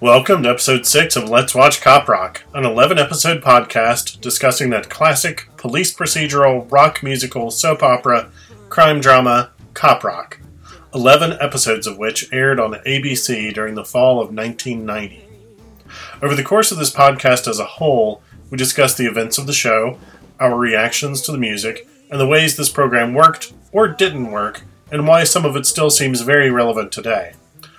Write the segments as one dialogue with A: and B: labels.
A: Welcome to episode 6 of Let's Watch Cop Rock, an 11 episode podcast discussing that classic police procedural, rock musical, soap opera, crime drama, Cop Rock. 11 episodes of which aired on ABC during the fall of 1990. Over the course of this podcast as a whole, we discuss the events of the show, our reactions to the music, and the ways this program worked or didn't work, and why some of it still seems very relevant today.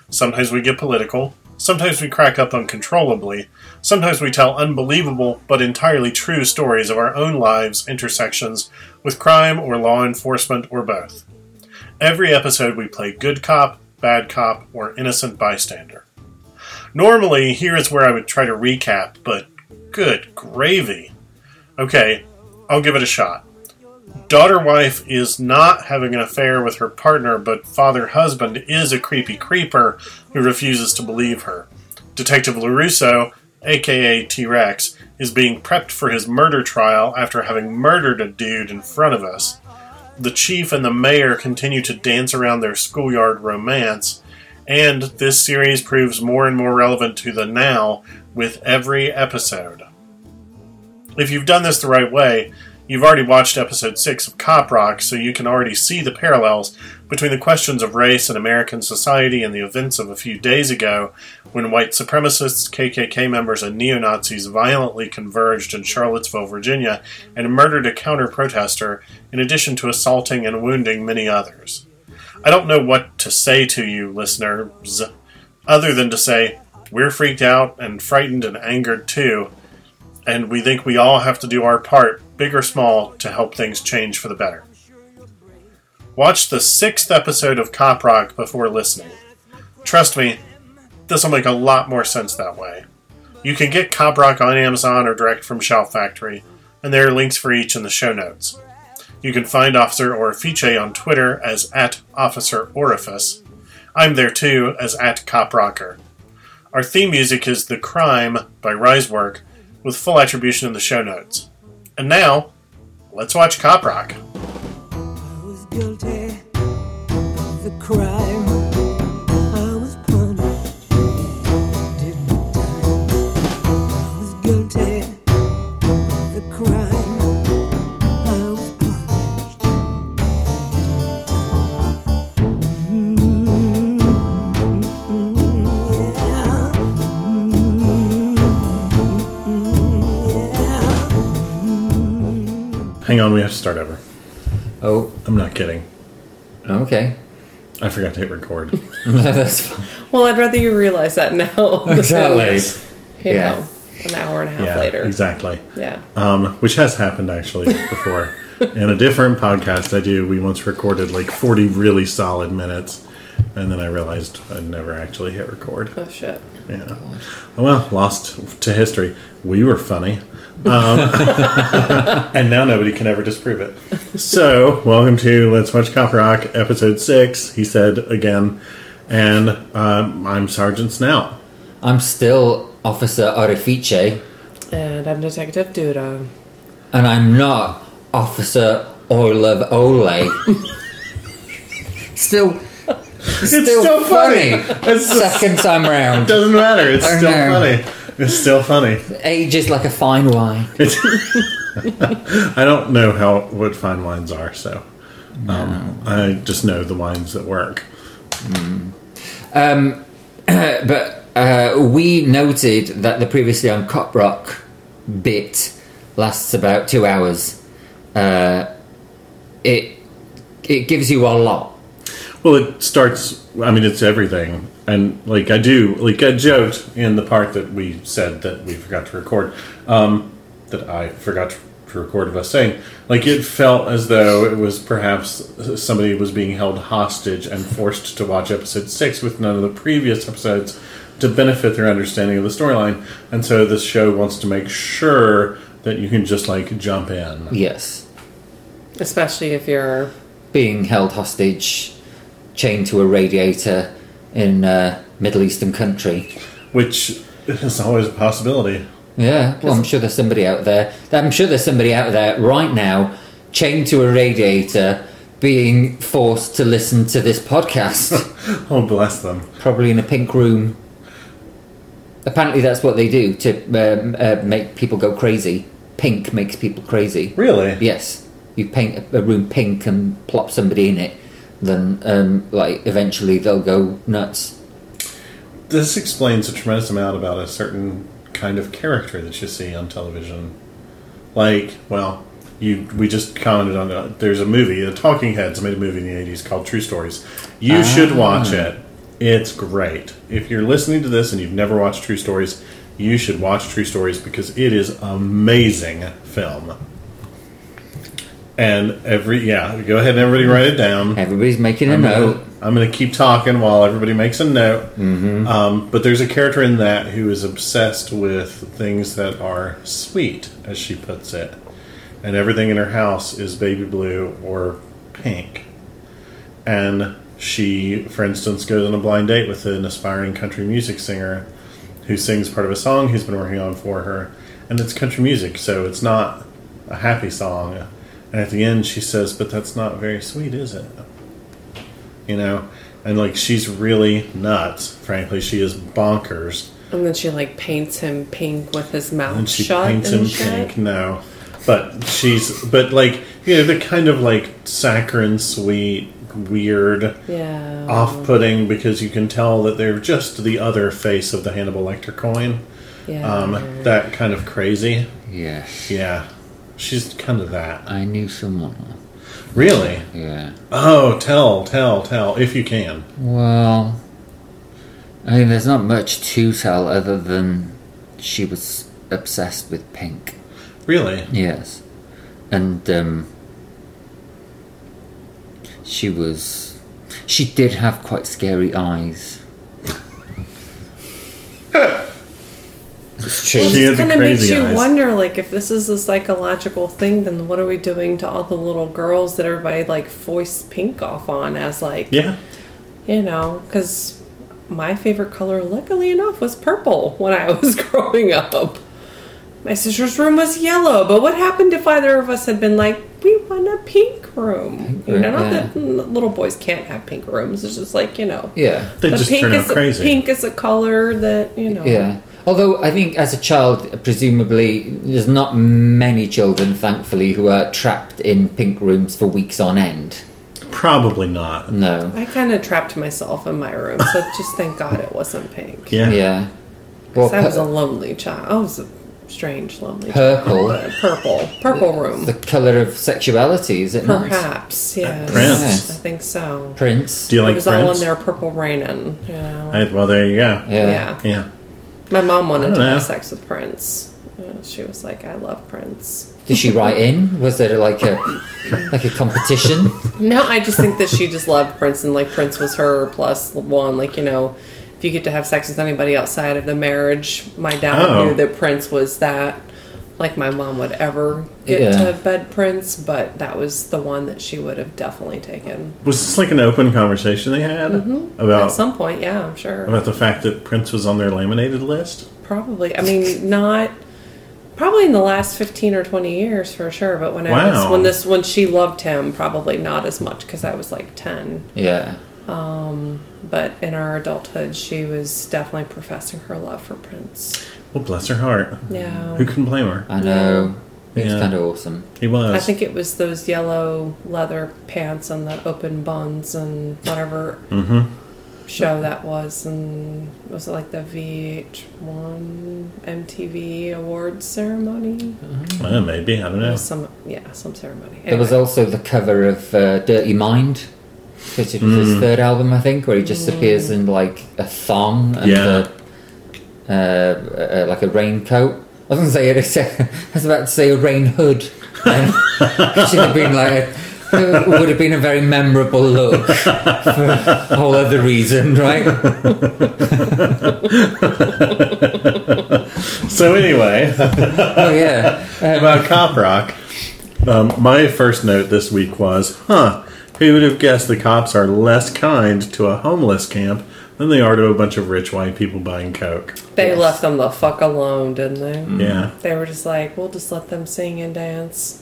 A: Sometimes we get political, sometimes we crack up uncontrollably, sometimes we tell unbelievable but entirely true stories of our own lives' intersections with crime or law enforcement or both. Every episode, we play good cop, bad cop, or innocent bystander. Normally, here is where I would try to recap, but good gravy. Okay, I'll give it a shot. Daughter wife is not having an affair with her partner, but father husband is a creepy creeper who refuses to believe her. Detective LaRusso, aka T Rex, is being prepped for his murder trial after having murdered a dude in front of us. The chief and the mayor continue to dance around their schoolyard romance, and this series proves more and more relevant to the now with every episode. If you've done this the right way, You've already watched episode 6 of Cop Rock, so you can already see the parallels between the questions of race and American society and the events of a few days ago when white supremacists, KKK members, and neo Nazis violently converged in Charlottesville, Virginia, and murdered a counter protester, in addition to assaulting and wounding many others. I don't know what to say to you, listeners, other than to say, we're freaked out and frightened and angered too and we think we all have to do our part, big or small, to help things change for the better. Watch the sixth episode of Cop Rock before listening. Trust me, this will make a lot more sense that way. You can get Cop Rock on Amazon or direct from Shout Factory, and there are links for each in the show notes. You can find Officer Orifice on Twitter as at Officer Orifice. I'm there too as at Cop Rocker. Our theme music is The Crime by Risework, with full attribution in the show notes. And now, let's watch Cop Rock.
B: I was guilty of the crime. I was punished. Did my time. I was guilty of the crime. I was punished. Mm, yeah.
A: Hang on, we have to start over.
C: Oh,
A: I'm not kidding.
C: okay.
A: I forgot to hit record.
C: That's fine.
D: Well, I'd rather you realize that now. than,
C: Exactly.
D: You
C: Yeah.
D: know, an hour and a half
A: yeah,
D: later.
A: exactly.
D: Yeah.
A: Um, which has happened actually before. In a different podcast I do, we once recorded like 40 really solid minutes, and then I realized I never actually hit record.
D: Oh shit.
A: Yeah. Well, lost to history. We were funny. Um, and now nobody can ever disprove it. So, welcome to Let's Watch Cop Rock, episode six, he said again. And um, I'm Sergeant Snout.
C: I'm still Officer Orifice,
D: And I'm Detective Duda.
C: and I'm not Officer Olive Ole. still, still,
A: still funny.
C: funny.
A: It's so-
C: Second time round.
A: Doesn't matter. It's
C: I
A: still
C: know.
A: funny. It's still funny.
C: Age is like a fine wine.
A: I don't know how what fine wines are, so um, I just know the wines that work.
C: Um, But uh, we noted that the previously on Cop Rock bit lasts about two hours. Uh, it it gives you a lot.
A: Well, it starts. I mean, it's everything, and like I do, like I joked in the part that we said that we forgot to record, um, that I forgot to record of us saying, like it felt as though it was perhaps somebody was being held hostage and forced to watch episode six with none of the previous episodes to benefit their understanding of the storyline, and so this show wants to make sure that you can just like jump in.
C: Yes.
D: Especially if you're
C: being held hostage, chained to a radiator in a Middle Eastern country.
A: which is always a possibility.
C: Yeah, well, I'm sure there's somebody out there. I'm sure there's somebody out there right now, chained to a radiator, being forced to listen to this podcast,
A: Oh, bless them.
C: probably in a pink room. Apparently, that's what they do to um, uh, make people go crazy. Pink makes people crazy.
E: Really?
C: Yes, you paint a room pink and plop somebody in it, then um, like eventually they'll go nuts.
E: This explains a tremendous amount about a certain kind of character that you see on television. Like, well, you we just commented on uh, there's a movie, the Talking Heads made a movie in the 80s called True Stories. You should watch it. It's great. If you're listening to this and you've never watched True Stories, you should watch True Stories because it is amazing film. And every yeah, go ahead and everybody write it down.
C: Everybody's making a note.
E: I'm going to keep talking while everybody makes a note. Um, but there's a character in that who is obsessed with things that are sweet, as she puts it. And everything in her house is baby blue or pink. And she, for instance, goes on a blind date with an aspiring country music singer who sings part of a song he's been working on for her. And it's country music, so it's not a happy song. And at the end, she says, But that's not very sweet, is it? you know and like she's really nuts frankly she is bonkers
D: And then she like paints him pink with his mouth
E: and she
D: shut.
E: paints
D: and
E: him
D: shit.
E: pink no but she's but like you know the kind of like saccharine sweet weird
D: Yeah.
E: Um, off-putting because you can tell that they're just the other face of the hannibal lecter coin
D: Yeah.
E: um, that kind of crazy
C: Yes,
E: yeah she's kind of that
C: I knew someone.
E: really
C: Yeah.
E: oh tell tell tell if you can
C: Well, I mean, there's not much to tell other than she was obsessed with pink.
E: really
C: Yes. And um, she was. She did have quite scary eyes. it's true.
E: She had the
D: it kind of makes
E: crazy
D: you
E: eyes.
D: wonder, like, if this is a psychological thing, then what are we doing to all the little girls that everybody like foists pink off on as like,
E: yeah
D: you know, because my favorite color, luckily enough, was purple when I was growing up. My sister's room was yellow, but what happened if either of us had been like, we want a pink room? You know, not
C: yeah.
D: that little boys can't have pink rooms. It's just like you know,
C: Yeah.
E: they
D: but
E: just
D: pink
E: turn out
D: is a-
E: crazy
D: pink is a color that you know.
C: Yeah. Although I think as a child, presumably, there's not many children, thankfully, who are trapped in pink rooms for weeks on end.
E: probably not
C: No.
D: I kind of trapped myself in my room, so just thank God it wasn't pink.
E: Yeah.
C: Yeah. Well,
D: 'Cause I was a
C: pu-
D: lonely child. I was a strange, lonely child.
C: purple,
D: Purple. Purple room.
C: the colour of sexuality, is it not?
D: Perhaps, yes.
E: Prince.
D: I think so.
C: Prince.
E: Do you
D: it
E: like
D: was
E: Prince?
D: all in there purple raining. Yeah.
E: I, well, there you go.
C: Yeah.
D: yeah.
E: Yeah.
D: My mom wanted to
E: know.
D: have sex with Prince. Yeah, She was like, I love Prince.
C: Did she write in? Was there like a like a competition?
D: No, I just think that she just loved Prince and like Prince was her plus one. Like, you know, if you get to have sex with anybody outside of the marriage, my dad
E: Oh.
D: knew that Prince was that. Like my mom would ever get
C: Yeah.
D: to bed Prince, but that was the one that she would have definitely taken.
E: Was this like an open conversation they had
D: Mm-hmm. At
E: about
D: some point, yeah, I'm sure.
E: about the fact that Prince was on their laminated list?
D: Probably. I mean, not probably in the last fifteen or twenty years for sure. But when I
E: Wow.
D: was when this when she loved him, probably not as much because I was like ten.
C: Yeah.
D: But in our adulthood, she was definitely professing her love for Prince.
E: Well, Oh, bless her heart.
D: Yeah,
E: Who can blame her?
C: I know. It's
E: Yeah.
C: kind of awesome.
E: He was.
D: I think it was those yellow leather pants and the open buns and whatever
E: Mm-hmm.
D: show that was. And was it like the VH1 MTV Awards ceremony?
E: Well, maybe. I don't know.
D: Some yeah, some ceremony.
C: There was
D: Anyway.
C: also the cover of uh, Dirty Mind, which is
E: Mm.
C: his third album, I think, where he just appears in like a thong and
E: Yeah.
C: a, uh, uh, like a raincoat. I was going to say, I was about to say a rain hood. And it should have been like, a, it would have been a very memorable look for a whole other reason, right?
E: So anyway,
C: Oh, yeah.
E: about Cop Rock. Um, my first note this week was, huh? Who would have guessed the cops are less kind to a homeless camp than they are to a bunch of rich white people buying coke?
D: They
C: Yes. Mm.
D: left them the fuck alone, didn't
C: Mm-hmm.
D: they?
E: Yeah.
D: They were just like, we'll just let them sing and dance.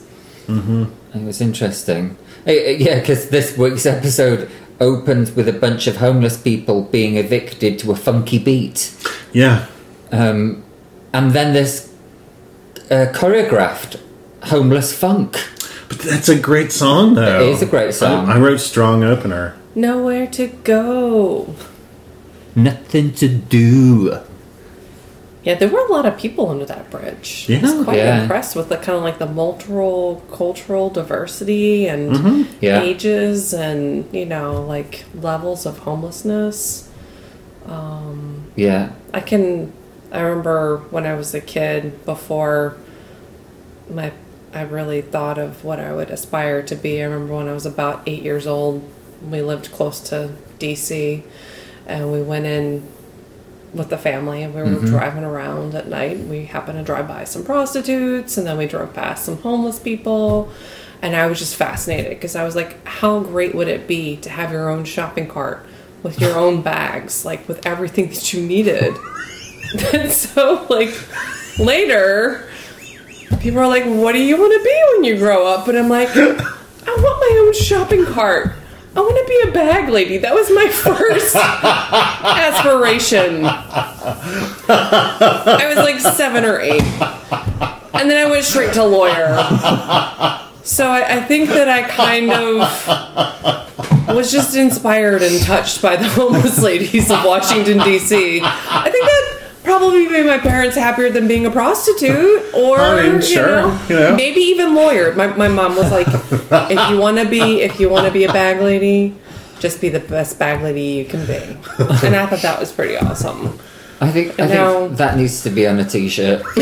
C: It was Oh, interesting. Eh, eh, yeah, because this week's episode opens with a bunch of homeless people being evicted to a funky beat.
E: Yeah.
C: Um, and then this uh, choreographed homeless funk.
E: But that's a great song, though.
C: It is a great song.
E: I, I wrote "Strong Opener."
D: Nowhere to go.
C: Nothing to do.
D: Yeah, there were a lot of people under that bridge.
E: Yeah.
D: I was quite
C: Yeah.
D: impressed with the kind of like the multiple cultural diversity and
C: Mm-hmm. Yeah.
D: ages and you know like levels of homelessness.
C: Yeah.
D: I can. I remember when I was a kid before my I really thought of what I would aspire to be. I remember when I was about eight years old, we lived close to DC, and we went in with the family and we were driving around at night. We happened to drive by some prostitutes, and then we drove past some homeless people. And I was just fascinated because I was like, how great would it be to have your own shopping cart with your own bags, like with everything that you needed? and so, like, later, people are like, "What do you want to be when you grow up?" And I'm like, "I want my own shopping cart. I want to be a bag lady." That was my first aspiration. I was like seven or eight, and then I went straight to lawyer. So I, I think that I kind of was just inspired and touched by the homeless ladies of Washington D.C. I think that probably made my parents happier than being a prostitute, or
E: I mean,
D: you
E: sure,
D: know,
E: you know.
D: maybe even lawyer. My, my mom was like, if you want to be if you want to be a bag lady, just be the best bag lady you can be. And I thought that was pretty awesome.
C: I think I
D: Now-
C: think that needs to be on a t-shirt.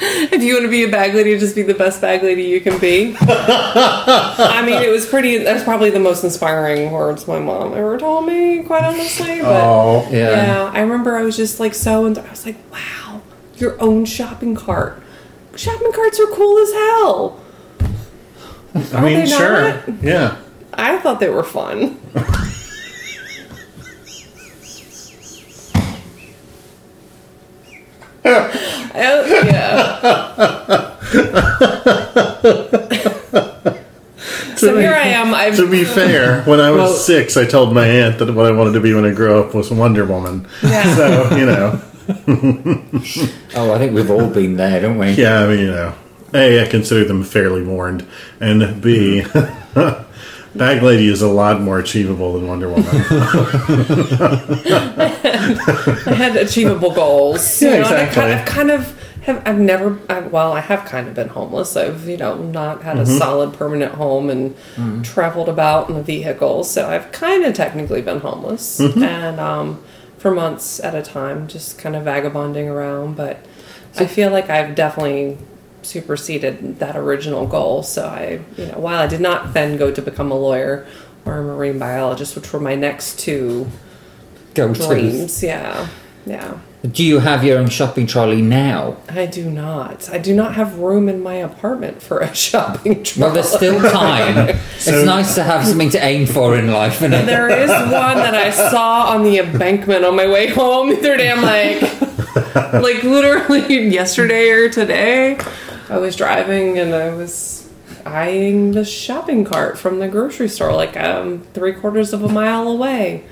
D: If you want to be a bag lady, just be the best bag lady you can be. I mean, it was pretty. That's probably the most inspiring words my mom ever told me, quite honestly. But
E: Oh,
C: Yeah.
D: yeah, I remember I was just like so, and I was like, wow, your own shopping cart. Shopping carts are cool as hell.
E: I mean,
D: they not?
E: sure, yeah.
D: I thought they were fun. Oh, yeah. So here I am. I've
E: To be fair, when I was
C: Well-
E: six, I told my aunt that what I wanted to be when I grew up was Wonder Woman.
D: Yeah.
E: So you know,
C: Oh, I think we've all been there, don't we?
E: yeah, I mean, you know, a I consider them fairly warned, and b Bag Lady is a lot more achievable than Wonder Woman.
D: I had achievable goals.
E: Yeah,
D: you know, and
E: exactly.
D: I kind of, I've kind of have I've never I, well I have kind of been homeless. I've you know not had a
E: Mm-hmm.
D: solid permanent home and
E: Mm.
D: traveled about in a vehicle, so I've kind of technically been homeless
E: Mm-hmm.
D: and um, for months at a time, just kind of vagabonding around. But I feel like I've definitely superseded that original goal. So I you know while I did not then go to become a lawyer or a marine biologist, which were my next two
C: Go to.
D: dreams. Yeah. Yeah.
C: Do you have your own shopping trolley now?
D: I do not. I do not have room in my apartment for a shopping
C: Well,
D: trolley.
C: there's still time. it's nice to have something to aim for in life, isn't it?
D: There is one that I saw on the embankment on my way home the other day. I'm like, like literally yesterday or today, I was driving and I was eyeing the shopping cart from the grocery store, like um three quarters of a mile away.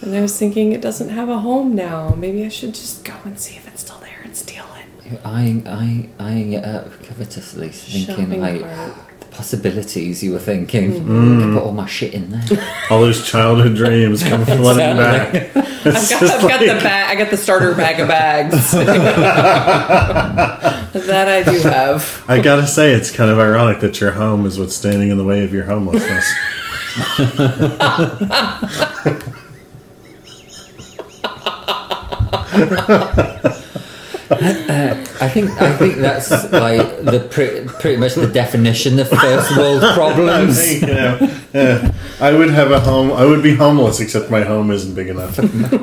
D: And I was thinking, it doesn't have a home now. Maybe I should just go and see if it's still there and steal it.
C: I, I, I uh, covetously thinking
D: Shopping
C: like
D: Mm. cart.
C: the possibilities you were thinking. I could put all my shit in there.
E: All those childhood dreams come flooding back.
D: I've got, I've got the bag. I got the starter bag of bags. that I do have.
E: I gotta say, it's kind of ironic that your home is what's standing in the way of your homelessness.
C: I think I think that's like the pre- pretty much the definition of first world
E: I
C: problems.
E: think, you know, eh, I would have a home. I would be homeless, except my home isn't big enough.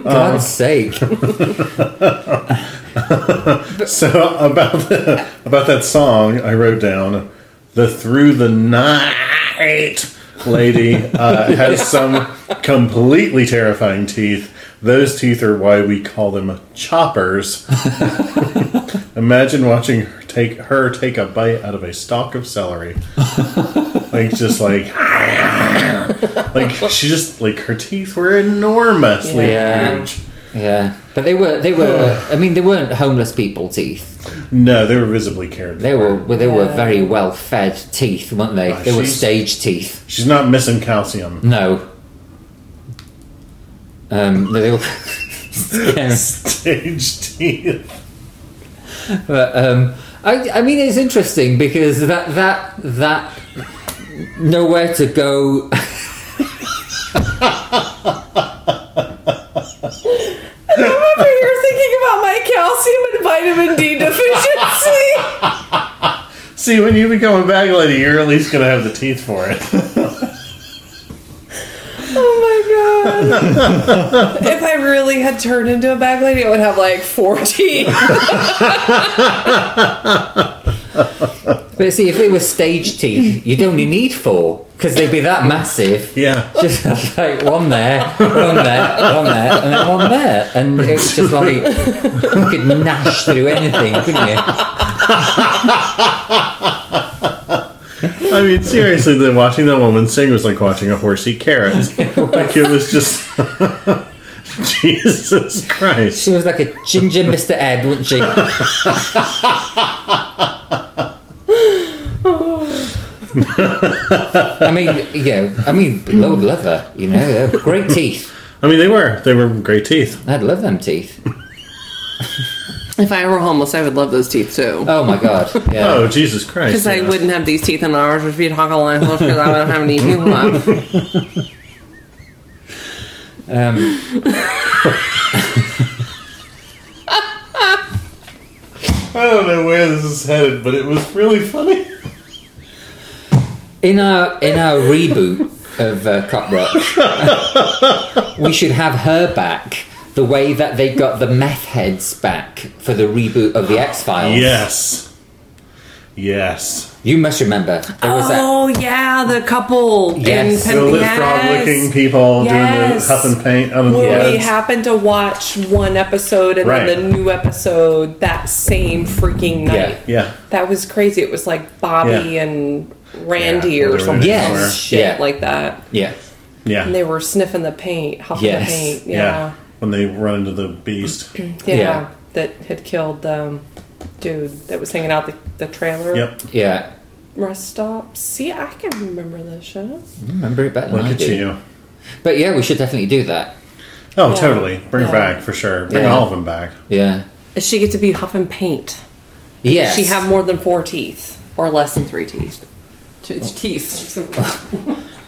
C: God's sake.
E: So about the, about that song, I wrote down the through the night lady uh, has some completely terrifying teeth. Those teeth are why we call them choppers. Imagine watching her take her take a bite out of a stalk of celery, like just like like she just like her teeth were enormously
D: Yeah.
E: huge.
C: Yeah, but they were they were. I mean, they weren't homeless people teeth.
E: No, they were visibly cared
C: They
E: for.
C: were well, they were
D: Yeah.
C: very well fed teeth, weren't they?
E: Uh,
C: they were
E: she's-
C: stage teeth.
E: She's not missing calcium.
C: No. Um, they were. Yeah.
E: Stage teeth.
C: But um, I, I mean, it's interesting because that that that nowhere to go.
D: Over here thinking about my calcium and vitamin D deficiency.
E: See, when you become a bag lady, you're at least gonna have the teeth for it.
D: oh my god. If I really had turned into a bag lady, I would have like 14.
C: But see, if they were stage teeth, you'd only need four because they'd be that massive.
E: Yeah.
C: Just have, like one there, one there, one there, and then one there, and it was just like you could gnash through anything, couldn't you?
E: I mean, seriously, then watching that woman sing was like watching a horse eat carrots. like it was just Jesus Christ.
C: She was like a ginger Mr. Ed, wasn't she? I mean, you know, I mean, Lord love her, you know, they have great teeth.
E: I mean, they were they were great teeth.
C: I'd love them teeth.
D: If I were homeless, I would love those teeth too.
C: Oh my god, yeah.
E: Oh Jesus Christ!
D: Because I
E: yeah.
D: wouldn't have these teeth in ours if you'd hog a line because I don't have any teeth left.
C: Um,
E: I don't know where this is headed, but it was really funny.
C: in our in our reboot of uh, Cop Rock, we should have her back the way that they got the meth heads back for the reboot of the X Files.
E: Yes. Yes.
C: you must remember there was that
D: Oh yeah, the couple
C: Yes.
D: in
E: The
D: Pen-
E: leapfrog
D: yes.
E: looking people doing the
D: Yes.
E: huff and paint out of the
D: Well, we
E: woods.
D: happened to watch one episode and
E: Right.
D: then the new episode that same freaking night.
E: yeah.
D: That was crazy. It was like Bobby
E: Yeah.
D: and Randy
E: Yeah,
D: or
E: literally.
D: something
E: Somewhere.
C: Yes.
D: shit
C: yeah.
D: like that.
C: yeah.
E: Yeah.
D: And they were sniffing the paint, huffing
C: Yes.
D: the paint.
E: yeah.
D: Yeah.
E: When they run into the beast.
D: yeah.
C: Yeah.
D: That had killed the dude that was hanging out the, the trailer
E: Yep.
C: Yeah.
D: rest stop. See, I can remember this show.
C: Remember it better than
E: Look
C: I
E: at
C: do.
E: you.
C: But yeah, we should definitely do that.
E: Oh,
D: Yeah.
E: totally. Bring it
D: Yeah.
E: back for sure. Bring
C: Yeah.
E: all of them back.
C: Yeah.
D: She get to be huffing paint.
C: Yes.
D: She have more than four teeth, or less than three teeth. T- Teeth.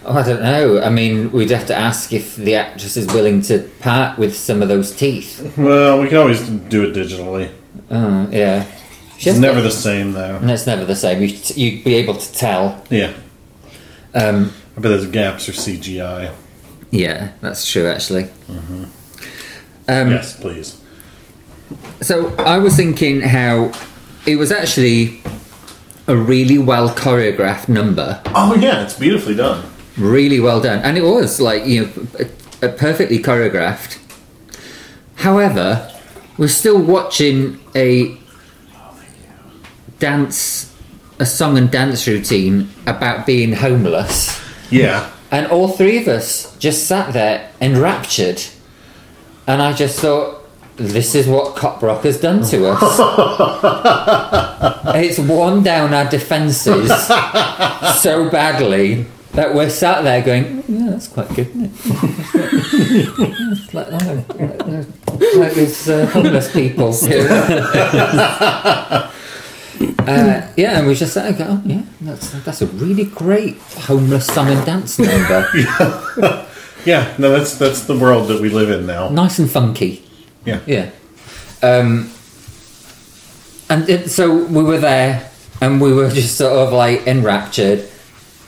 C: Oh, I don't know. I mean, we'd have to ask if the actress is willing to part with some of those teeth.
E: Well, we can always do it digitally.
C: Oh, yeah. She
E: It's
C: has
E: never
C: got-
E: the same though.
C: And it's never the same. You, you'd be able to tell.
E: Yeah.
C: Um,
E: I bet those gaps are CGI.
C: yeah, that's true, actually. Um,
E: Mm-hmm. Yes, please.
C: So I was thinking how it was actually a really well choreographed number.
E: Oh yeah, it's beautifully done.
C: really well done and it was like you know p- p- perfectly choreographed however we're still watching a dance a song and dance routine about being homeless
E: Yeah.
C: and all three of us just sat there enraptured and i just thought this is what cop rock has done to us it's worn down our defences so badly that we're sat there going yeah that's quite good isn't it It's like, oh, like these uh, homeless people uh, yeah, and we just sat there going, oh, yeah, that's, that's a really great homeless song and dance number.
E: Yeah, no, that's that's the world that we live in now.
C: nice and funky.
E: Yeah.
C: Yeah. Um, and it, so we were there, and we were just sort of like enraptured.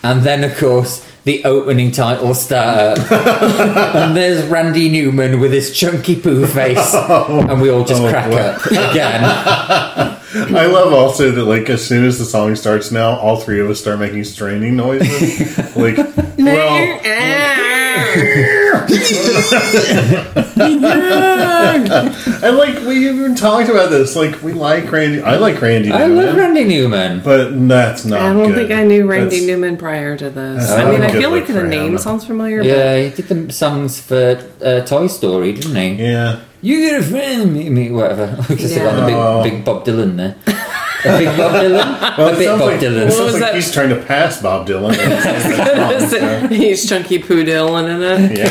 C: And then, of course, the opening title started, and there's Randy Newman with his chunky poo face, and we all just
E: Oh,
C: crack
E: boy.
C: up again.
E: I love also that like as soon as the song starts now, all three of us start making straining noises. like well And like we even talked about this, like we like Randy. I like Randy.
C: I
E: Newman,
C: love Randy Newman.
E: but that's not.
D: I don't
E: good.
D: think I knew Randy
E: That's-
D: Newman prior to this.
E: that's
D: I
C: not
D: mean,
C: a
D: I
E: good
D: feel
E: look
D: like the
E: for
D: name
E: him.
D: sounds familiar.
C: Yeah, he did the songs for uh, Toy Story, didn't he?
E: Yeah,
C: You get a friend, me, me whatever. Because
D: Yeah.
C: got
E: Oh.
C: the big, big Bob Dylan there. a big Bob Dylan?
E: well,
C: a
E: it
C: bit
E: sounds
C: Bob
E: like,
C: Dylan.
E: It sounds
D: was
E: like
D: that?
E: he's trying to pass Bob Dylan.
D: But he's chunky poo Dylan in it.
E: yeah,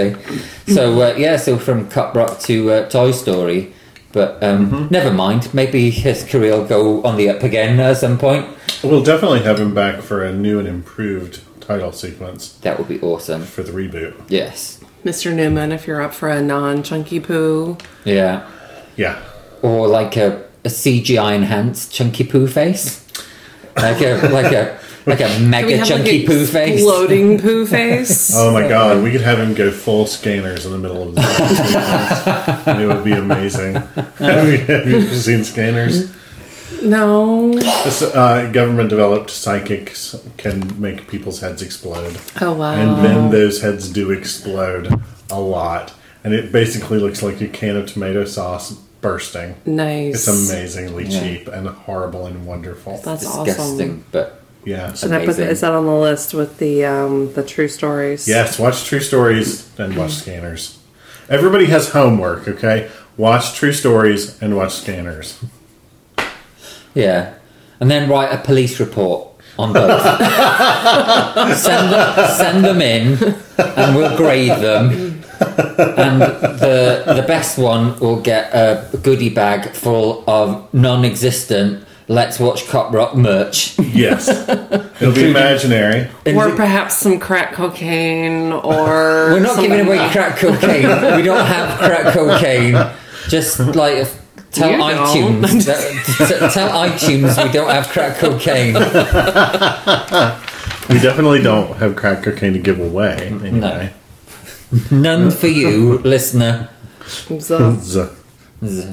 C: Exactly. So, uh, yeah, so from Cut Rock to uh, Toy Story. But um,
E: Mm-hmm.
C: never mind. Maybe his career will go on the up again at some point.
E: we'll definitely have him back for a new and improved title sequence
C: That would be awesome.
E: for the reboot.
C: Yes.
D: Mr. Newman, if you're up for a non chunky poo.
C: Yeah.
E: Yeah,
C: Or like a, a CGI enhanced chunky poo face. Like a like a like a
D: We
C: mega
D: have, like,
C: chunky
D: a
C: poo face.
D: Floating poo face.
E: Oh my god, we could have him go full scanners in the middle of the sequence. It would be amazing. have, you, have you seen scanners?
D: No.
E: This, Uh, Government developed psychics can make people's heads explode.
D: Oh, wow.
E: And then those heads do explode a lot. And it basically looks like a can of tomato sauce bursting.
D: nice.
E: It's amazingly cheap and horrible and wonderful.
D: That's
C: Disgusting,
D: awesome.
C: but
E: Yeah.
D: Should I put
C: Amazing.
D: that, is that on the list with the um, the true stories?
E: Yes, watch True Stories and watch
D: Mm.
E: Scanners. Everybody has homework, okay? Watch True Stories and watch Scanners.
C: Yeah, and then write a police report on both. send, them, send them in, and we'll grade them. And the the best one will get a goodie bag full of non-existent "Let's Watch Cop Rock" merch.
E: Yes. It'll be imaginary.
D: Or perhaps some crack cocaine or.
C: We're not
D: some-
C: giving away crack cocaine. We don't have crack cocaine. Just like. Tell
D: You don't.
C: iTunes. that- tell iTunes we don't have crack cocaine.
E: We definitely don't have crack cocaine to give away. Anyway.
C: None for you, listener.
D: So-
E: Z-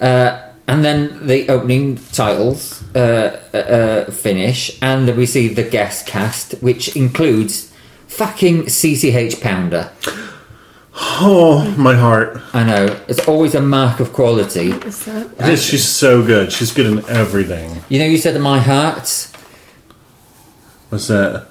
C: Uh, and then the opening titles uh, uh, uh, finish, and then we see the guest cast, which includes fucking CCH Pounder.
E: Oh, my heart.
C: I know, it's always a mark of quality.
D: Is that-
E: This, she's so good. She's good in everything.
C: You know, you said my heart.
E: What's that?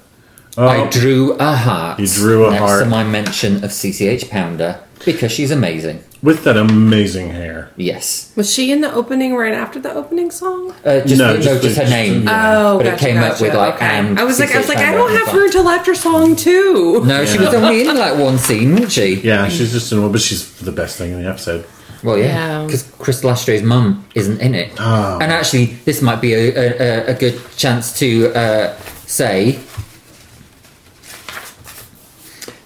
E: Oh,
C: I drew a heart.
E: You drew a
C: next
E: heart.
C: to my mention of CCH Pounder because she's amazing.
E: with that amazing hair.
C: Yes.
D: Was she in the opening right after the opening song?
C: Uh, just,
E: No,
C: no,
E: just-
C: just, her
E: just-
C: name.
E: yeah.
D: Oh,
C: But it
D: gotcha,
C: came up
D: gotcha.
C: with, like,
D: Okay.
C: and
D: I was like, I was like, I
C: 68
D: don't have her until after song two.
C: No, she was only in like one scene, wasn't she?
E: Yeah, she's just in one, but she's the best thing in the episode.
C: Well, yeah,
D: Yeah.
C: because Chris Lastre's mum isn't in it.
E: Oh.
C: And actually, this might be a, a, a- a good chance to uh, say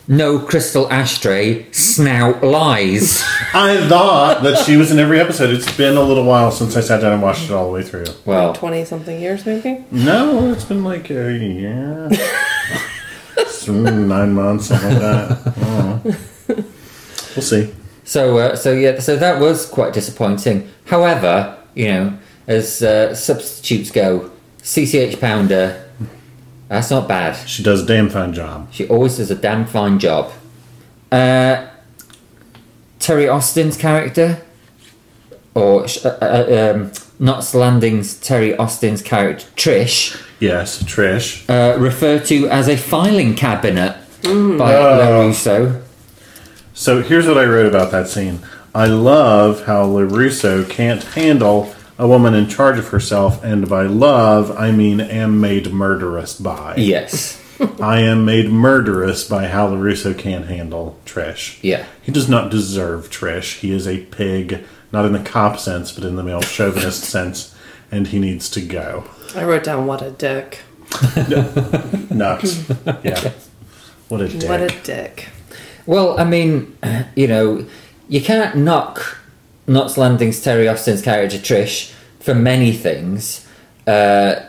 C: no crystal ashtray snout lies.
E: I thought that she was in every episode. It's been a little while since I sat down and watched it all the way through.
C: well,
D: Twenty something years, maybe.
E: No, it's been like a year. It's been nine months, something like that. I don't know. We'll see.
C: so uh, so yeah, so that was quite disappointing. However, you know, as uh, substitutes go, CCH Pounder, that's not bad.
E: She does a damn fine job.
C: She always does a damn fine job. Uh, Terry Austin's character, or sh- uh, uh, um, not Landing's Terry Austin's character, Trish,
E: Yes, Trish.
C: uh, referred to as a filing cabinet by LaRusso.
E: So here's what I wrote about that scene. I love how LaRusso can't handle a woman in charge of herself, and by love, I mean am made murderous by.
C: Yes.
E: I am made murderous by how LaRusso can't handle Trish.
C: Yeah.
E: He does not deserve Trish. He is a pig, not in the cop sense, but in the male chauvinist sense, and he needs to go.
D: I wrote down what a dick.
E: Nuts. Yeah. What a dick.
D: What a dick.
C: Well, I mean, you know, you can't knock Knots Landing's Terry Austin's character Trish for many things. Uh,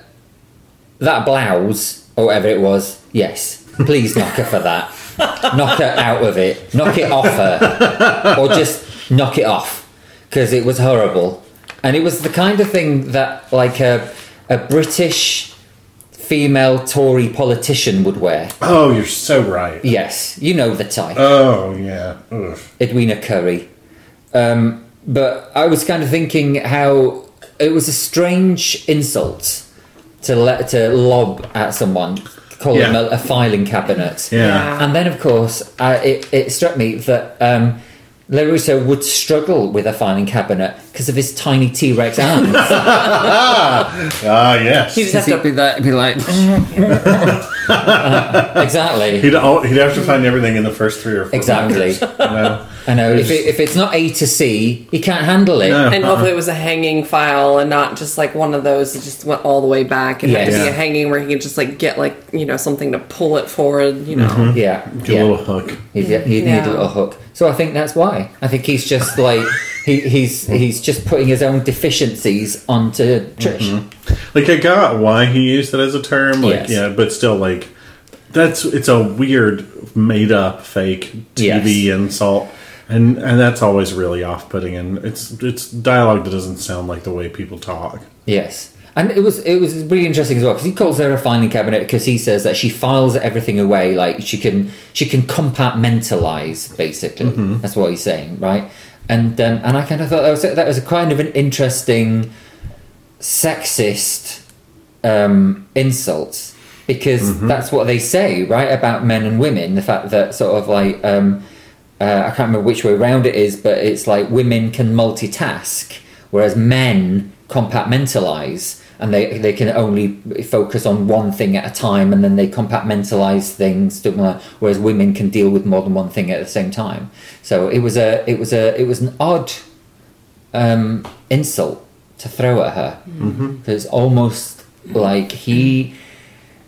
C: that blouse, or whatever it was, yes, please knock her for that. knock her out of it. Knock it off her. or just knock it off. Because it was horrible. And it was the kind of thing that, like, a, a British female Tory politician would wear.
E: Oh, you're so right.
C: Yes, you know the type.
E: Oh, yeah. Ugh.
C: Edwina Curry. Um, but I was kind of thinking how it was a strange insult to let to lob at someone, call
E: Yeah.
C: him a, a filing cabinet.
E: Yeah.
C: And then, of course, uh, it, it struck me that um, LaRusso would struggle with a filing cabinet because of his tiny T Rex arms.
E: Ah, yes.
D: You just have
C: He'd
D: to
C: be, that, be like. exactly.
E: He'd, al- he'd have to find everything in the first three or four.
C: Exactly.
E: No.
C: I know. If, it, if it's not A to C, he can't handle it.
E: No.
D: and hopefully it was a hanging file and not just like one of those that just went all the way back and had to
C: Yes.
D: be
E: Yeah.
D: a hanging where he could just like get like you know something to pull it forward you know
C: Yeah.
E: Get
C: yeah.
E: a little hook.
C: He'd, he'd need
D: Yeah.
C: a little hook. So I think that's why. I think he's just like he, he's he's just putting his own deficiencies onto Trish.
E: Like, I got why he used it as a term. Like,
C: Yes.
E: yeah, but still, like, that's it's a weird, made up, fake TV
C: Yes.
E: insult. And, and that's always really off putting, and it's it's dialogue that doesn't sound like the way people talk.
C: Yes. And it was it was really interesting as well because he calls her a filing cabinet because he says that she files everything away like she can she can compartmentalize basically that's what he's saying right and um, and I kind of thought that was that was a kind of an interesting sexist um, insult because that's what they say right about men and women the fact that sort of like um, uh, I can't remember which way round it is but it's like women can multitask whereas men compartmentalize and they they can only focus on one thing at a time and then they compartmentalize things don't wanna- whereas women can deal with more than one thing at the same time so it was a it was a it was an odd um, insult to throw at her. It's almost like he,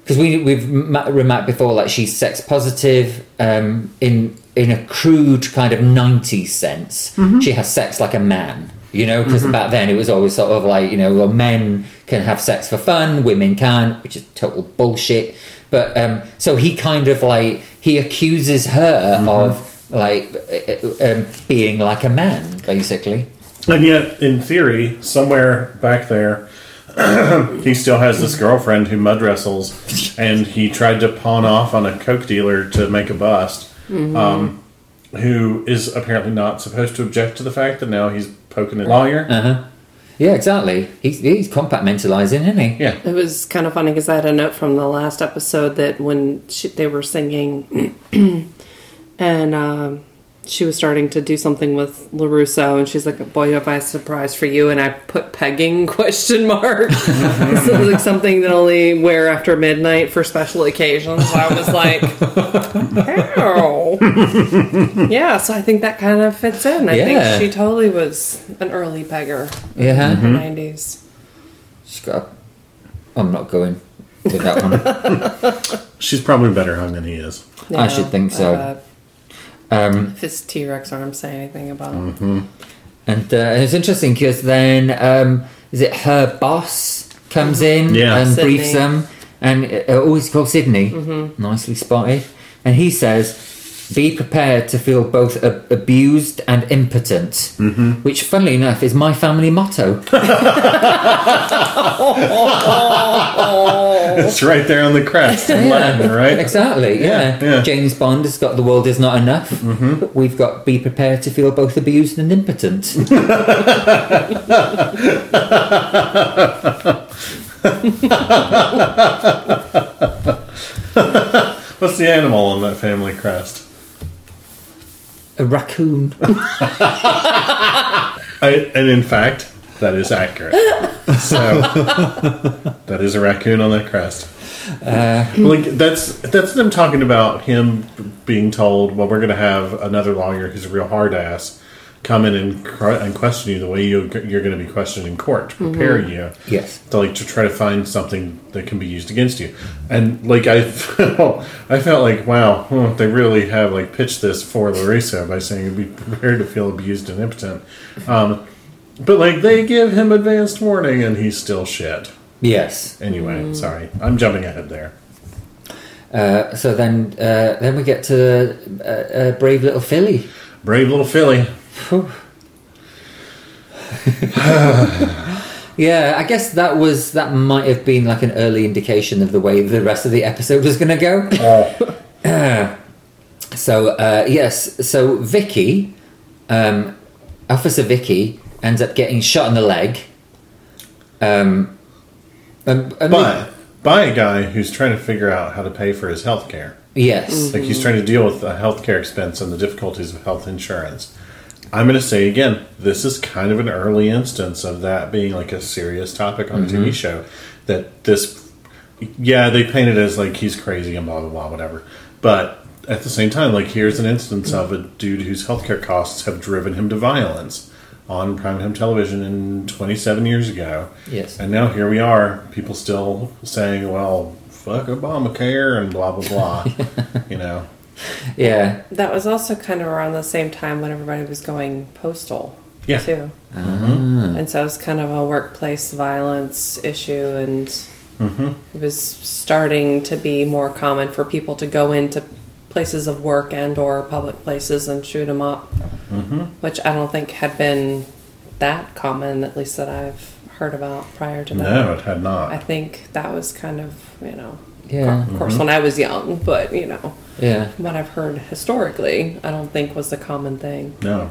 C: because we we've ma- remarked before, like she's sex positive um, in in a crude kind of '90s sense. She has sex like a man, you know, because back then it was always sort of like you know, well, men can have sex for fun, women can't, which is total bullshit. But um, so he kind of like he accuses her of like uh, uh, um, being like a man, basically.
E: And yet, in theory, somewhere back there, he still has this girlfriend who mud wrestles, and he tried to pawn off on a coke dealer to make a bust, um, who is apparently not supposed to object to the fact that now he's poking a lawyer.
C: Yeah, exactly. He's, he's compartmentalizing, isn't he?
E: Yeah.
D: It was kind of funny because I had a note from the last episode that when she, they were singing, and um, she was starting to do something with Larusso, and she's like, "Boy, have I a surprise for you!" And I put pegging question mark. so it was like something that only wear after midnight for special occasions. I was like, "How?" yeah, so I think that kind of fits in. I
C: Yeah.
D: think she totally was an early pegger
C: Yeah.
D: in the '90s.
C: She's got. A, I'm not going with that one.
E: She's probably better hung than he is.
C: I should think so.
D: um, uh, if his T Rex arm say anything about him,
C: Mm-hmm. and uh, it's interesting because then um, is it her boss comes in
E: Mm-hmm. Yeah.
C: and
D: Sydney.
C: briefs them, and uh, oh, it's called Sydney. Nicely spotted, and he says. Be prepared to feel both a- abused and impotent,
E: Mm-hmm.
C: which, funnily enough, is my family motto.
E: It's right there on the crest in Latin, right?
C: Exactly. Yeah.
E: yeah. Mm-hmm.
C: James Bond has got the world is not enough. We've got be prepared to feel both abused and impotent.
E: What's the animal on that family crest?
C: a raccoon.
E: I, and in fact, that is accurate. so that is a raccoon on that crest. like that's that's them talking about him being told, "Well, we're going to have another lawyer who's a real hard ass come in and, cr- and question you the way you, you're going to be questioned in court to prepare you."
C: Yes.
E: to like to try to find something that can be used against you. And like I felt, I felt like wow, hmm, they really have like pitched this for Larissa by saying be prepared to feel abused and impotent. Um, but like they give him advanced warning and he's still shit.
C: Yes.
E: Anyway, sorry, I'm jumping ahead there.
C: Uh, so then, uh, then we get to uh, uh, brave little filly.
E: Brave little filly.
C: Yeah, I guess that was that might have been like an early indication of the way the rest of the episode was going to go. Oh. so uh, yes, so Vicky, um, Officer Vicky, ends up getting shot in the leg. Um, and, and
E: But by a guy who's trying to figure out how to pay for his health care.
C: yes,
E: Like he's trying to deal with the healthcare expense and the difficulties of health insurance. I'm going to say again, this is kind of an early instance of that being like a serious topic on a TV show. That this, yeah, they paint it as like he's crazy and blah blah blah whatever, but at the same time, like here's an instance of a dude whose healthcare costs have driven him to violence on primetime television in 27 years ago.
C: Yes.
E: and now here we are, people still saying, well, fuck Obamacare and blah blah blah, you know.
C: yeah,
D: That was also kind of around the same time when everybody was going postal,
E: Yeah.
D: too.
C: Mm-hmm.
D: And so it was kind of a workplace violence issue, and
C: Mm-hmm.
D: it was starting to be more common for people to go into places of work and or public places and shoot them up,
C: Mm-hmm.
D: which I don't think had been that common, at least that I've heard about prior to that.
E: No, it had
D: I
E: not.
D: think that was kind of, you know,
C: Yeah.
D: of
E: Mm-hmm.
D: course, when I was young, but, you know,
C: yeah,
D: what I've heard historically, I don't think was the common thing.
E: No.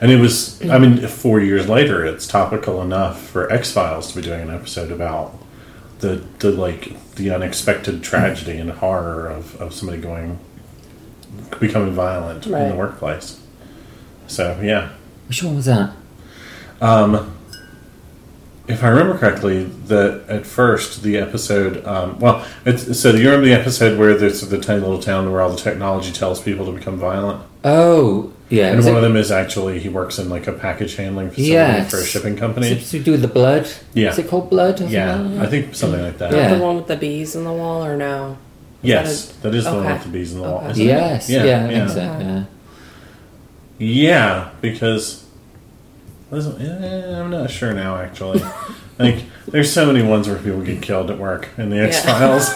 E: And it was, I mean, four years later, it's topical enough for X Files to be doing an episode about the, the like, the unexpected tragedy and horror of, of somebody going, becoming violent in the
D: Right.
E: workplace. So, yeah.
C: which one was that?
E: If I remember correctly, that at first the episode, um, well, it's, so you remember the episode where there's the tiny little town where all the technology tells people to become violent?
C: Oh, yeah,
E: And
C: was
E: one
C: it-
E: of them is actually he works in like a package handling facility
C: Yes.
E: for a shipping
C: is it
E: company.
C: to do with the blood?
E: Yeah.
C: is it called blood? or something?
E: Yeah, I think something like that.
C: Yeah.
D: The one with the bees in the wall, or no?
E: Yes,
D: That is-
E: that is the one
D: okay.
E: with the bees in the wall.
D: Okay.
E: isn't it?
C: yes, yeah,
E: Yeah,
C: I
E: yeah.
C: think so. Yeah.
E: Yeah, because listen, eh, I'm not sure now. Actually, like there's so many ones where people get killed at work in the X Files,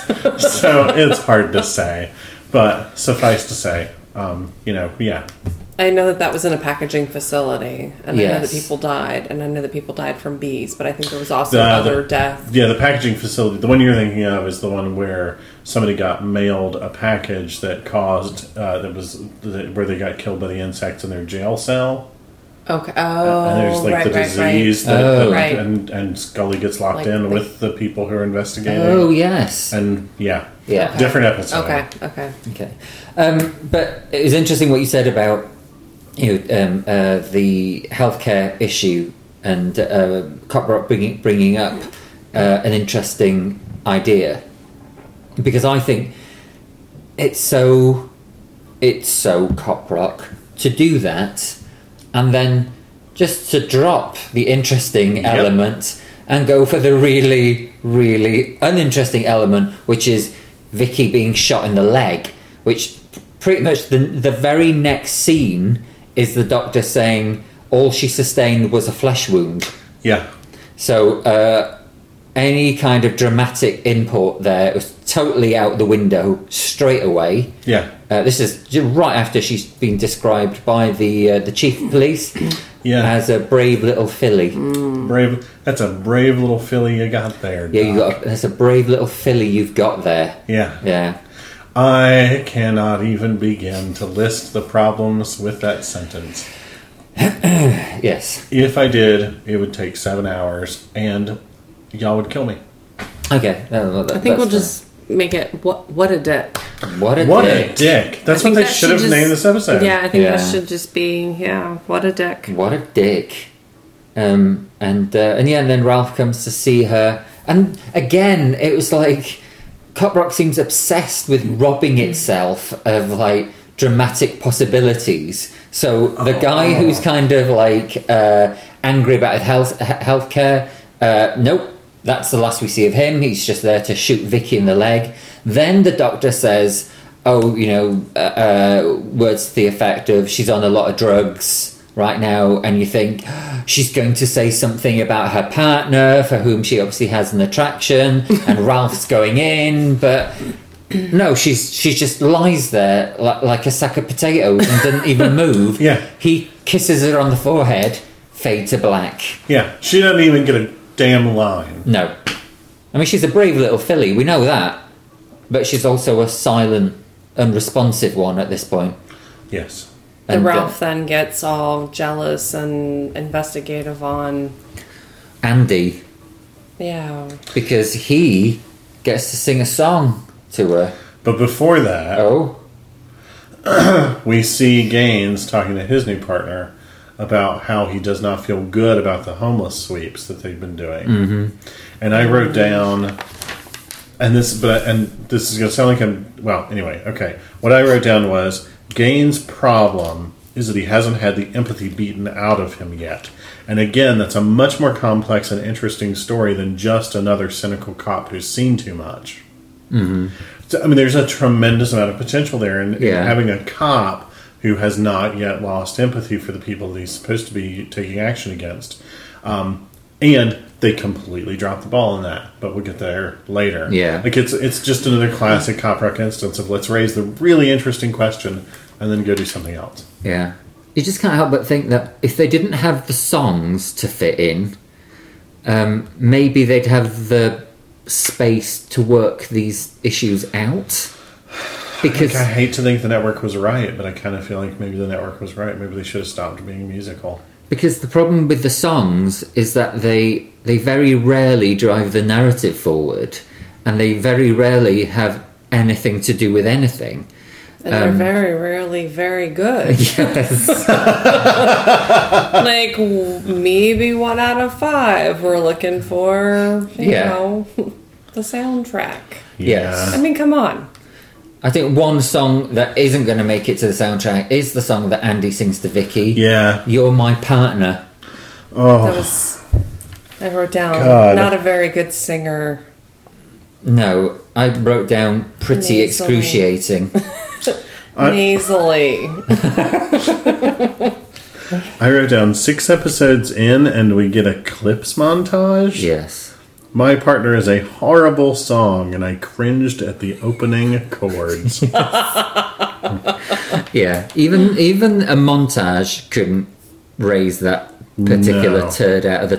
E: so it's hard to say. But suffice to say, um, you know, yeah,
D: I know that that was in a packaging facility, and I know that
C: Yes.
D: people died, and I know that people died from bees, but I think there was also
E: The-
D: other
E: the-
D: death.
E: Yeah, the packaging facility. The one you're thinking of is the one where somebody got mailed a package that caused uh, that was that, where they got killed by the insects in their jail cell.
D: Okay. Oh,
E: and there's like
D: right,
E: the
D: right,
E: disease
D: right.
E: that,
C: Oh.
E: that-
D: Right.
E: and and Scully gets locked
D: Like
E: in
D: the-
E: with the people who are investigating.
C: Oh yes.
E: And yeah,
C: Yeah. Okay.
E: different episode.
D: Okay. Okay.
C: Okay, um, but it was interesting what you said about you know um, uh, the healthcare issue and uh, Coprock bringing bringing up uh, an interesting idea because I think it's so it's so Coprock to do that and then just to drop the interesting element and go for the really really uninteresting element which is Vicky being shot in the leg which pretty much the the very next scene is the doctor saying all she sustained was a flesh wound
E: Yeah,
C: so uh, any kind of dramatic import there was totally out the window straight away.
E: yeah,
C: Uh, this is j- right after she's been described by the uh, the chief of police
E: Yeah.
C: as a brave little filly.
D: Mm.
E: brave. That's a brave little filly you got there.
C: Yeah, you
E: Doc.
C: got a, that's a brave little filly you've got there.
E: Yeah.
C: Yeah,
E: I cannot even begin to list the problems with that sentence.
C: yes.
E: If I did, it would take seven hours, and y'all would kill me.
C: Okay, no, no, that-
D: I think we'll
C: that's
D: just make it what what a dick.
C: fine. what a
E: What
C: dick.
E: a dick! That's
D: I
E: what
D: think
E: they
D: that
E: should have
D: just-
E: named this episode.
D: Yeah, I think
C: Yeah.
D: that should just be yeah. What a dick.
C: What a dick. Um, and uh, and yeah, and then Ralph comes to see her, and again, it was like Coprock seems obsessed with robbing itself of like dramatic possibilities. So the guy who's kind of like uh, angry about health he- healthcare, uh, nope, that's the last we see of him. He's just there to shoot Vicky in the leg. Then the doctor says, "Oh, you know," uh, uh, words to the effect of, "She's on a lot of drugs." right now and you think she's going to say something about her partner for whom she obviously has an attraction and Ralph's going in but no she's she just lies there like, like a sack of potatoes and doesn't even move
E: Yeah.
C: he kisses her on the forehead fade to black
E: Yeah, she doesn't even get a damn line.
C: No. I mean, she's a brave little filly, we know that. But she's also a silent, unresponsive one at this point.
E: Yes.
D: The
C: And, uh,
D: Ralph then gets all jealous and investigative on.
C: Andy,
D: Yeah.
C: because he gets to sing a song to her.
E: But before that,
C: Oh,
E: we see Gaines talking to his new partner about how he does not feel good about the homeless sweeps that they've been doing. Mm-hmm. And I wrote down, and this, but and this is going to sound like I'm. Well, anyway, okay. What I wrote down was Gaines' problem is that he hasn't had the empathy beaten out of him yet. And again, that's a much more complex and interesting story than just another cynical cop who's seen too much. So, I mean, there's a tremendous amount of potential there, and
C: Yeah.
E: having a cop who has not yet lost empathy for the people that he's supposed to be taking action against, um, and they completely drop the ball in that. But we'll get there later.
C: Yeah.
E: like it's it's just another classic cop rock instance of let's raise the really interesting question and then go do something else.
C: yeah. You just can't help but think that if they didn't have the songs to fit in, um, maybe they'd have the space to work these issues out. Because
E: I hate to think the network was right, but I kind of feel like maybe the network was right. Maybe they should have stopped being musical.
C: Because the problem with the songs is that they they very rarely drive the narrative forward, and they very rarely have anything to do with anything.
D: And they're very rarely very good.
C: Yes,
D: like w- maybe one out of five we're looking for you
C: Yeah.
D: know the soundtrack
C: Yes.
D: i mean come on
C: I think one song that isn't going to make it to the soundtrack is the song that Andy sings to Vicky.
E: Yeah.
C: you're my partner.
E: Oh.
D: that was i wrote down
E: God.
D: not a very good singer
C: No, I wrote down pretty
D: Nasally.
C: excruciating.
D: nasally
E: I wrote down six episodes in, and we get a clips montage.
C: yes.
E: My partner is a horrible song, and I cringed at the opening chords.
C: Yeah, even even a montage couldn't raise that particular
E: No.
C: turd out of the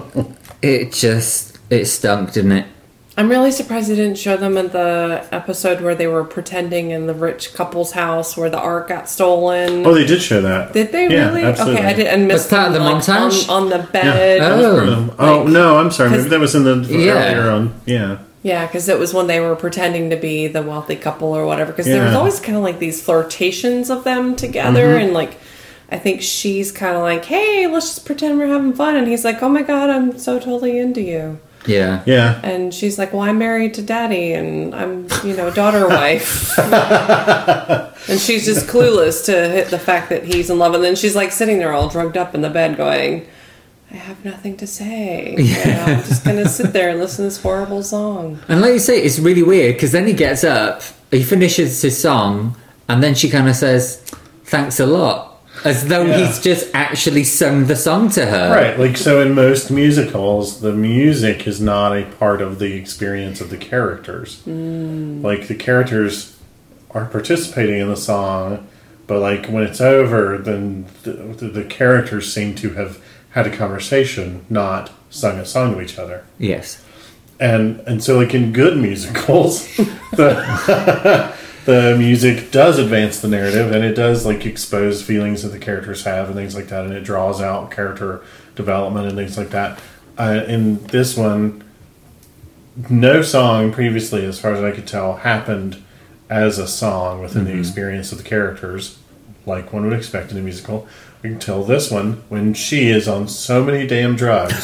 C: toilet. it just it stunk, didn't it?
D: i'm really surprised they didn't show them in the episode where they were pretending in the rich couple's house where the art got stolen
E: oh, they did show that.
D: did they
E: Yeah,
D: really
E: absolutely.
D: okay i didn't miss
C: part of the montage?
D: on, on the bed
C: Yeah.
E: Um, oh no, I'm sorry. Maybe that was in the
C: Yeah.
E: earlier on. Yeah,
D: Yeah, because it was when they were pretending to be the wealthy couple or whatever. Because there was
E: Yeah. Mm-hmm.
D: always kind of like these flirtations of them together, and like I think she's kind of like, "Hey, let's just pretend we're having fun," and he's like, "Oh my god, I'm so totally into you,"
C: Yeah.
E: yeah.
D: and she's like, "Well, I'm married to daddy, and I'm you know daughter wife," and she's just clueless to hit the fact that he's in love, and then she's like sitting there all drugged up in the bed, going. I have nothing to say. You know, I'm just gonna sit there and listen to this horrible song.
C: And like you say, it's really weird because then he gets up, he finishes his song, and then she kind of says, "Thanks a lot," as though
E: Yeah.
C: he's just actually sung the song to her.
E: Right, like so in most musicals, the music is not a part of the experience of the characters. Like the characters are participating in the song, but like when it's over, then the, the characters seem to have had a conversation, not sung a song to each other.
C: Yes.
E: And and so like in good musicals, the the music does advance the narrative and it does like expose feelings that the characters have and things like that and it draws out character development and things like that. Uh, in this one, no song previously, as far as I could tell, happened as a song within
C: Mm-hmm.
E: the experience of the characters, like one would expect in a musical. Until this one, when she is on so many damn drugs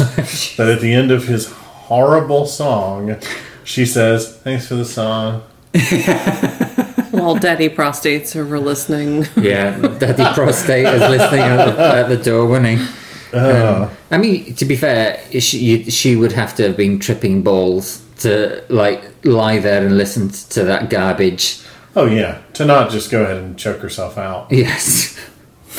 E: that at the end of his horrible song, she says, "Thanks for the song."
D: All daddy prostates who were listening.
C: Yeah, Daddy Prostate is listening at the, at the door, wasn't he? Um, I mean, to be fair, she, you- she would have to have been tripping balls to like lie there and listen to that garbage.
E: Oh yeah, to not just go ahead and choke herself out.
C: Yes,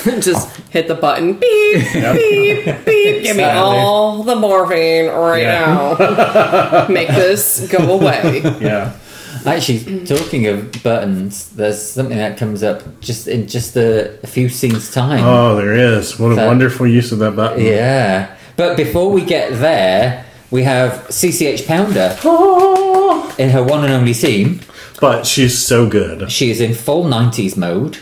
D: Just hit the button. Beep,
E: Yep.
D: beep, beep. Give me all the morphine right
E: Yeah.
D: now. Make this go away.
E: Yeah,
C: actually, talking of buttons, there's something that comes up just in just a, a few scenes time.
E: Oh, there is. What a
C: That-
E: wonderful use of that button.
C: Yeah, But before we get there, we have CCH Pounder in her one and only scene.
E: But she's so good.
C: She is in full 90s mode.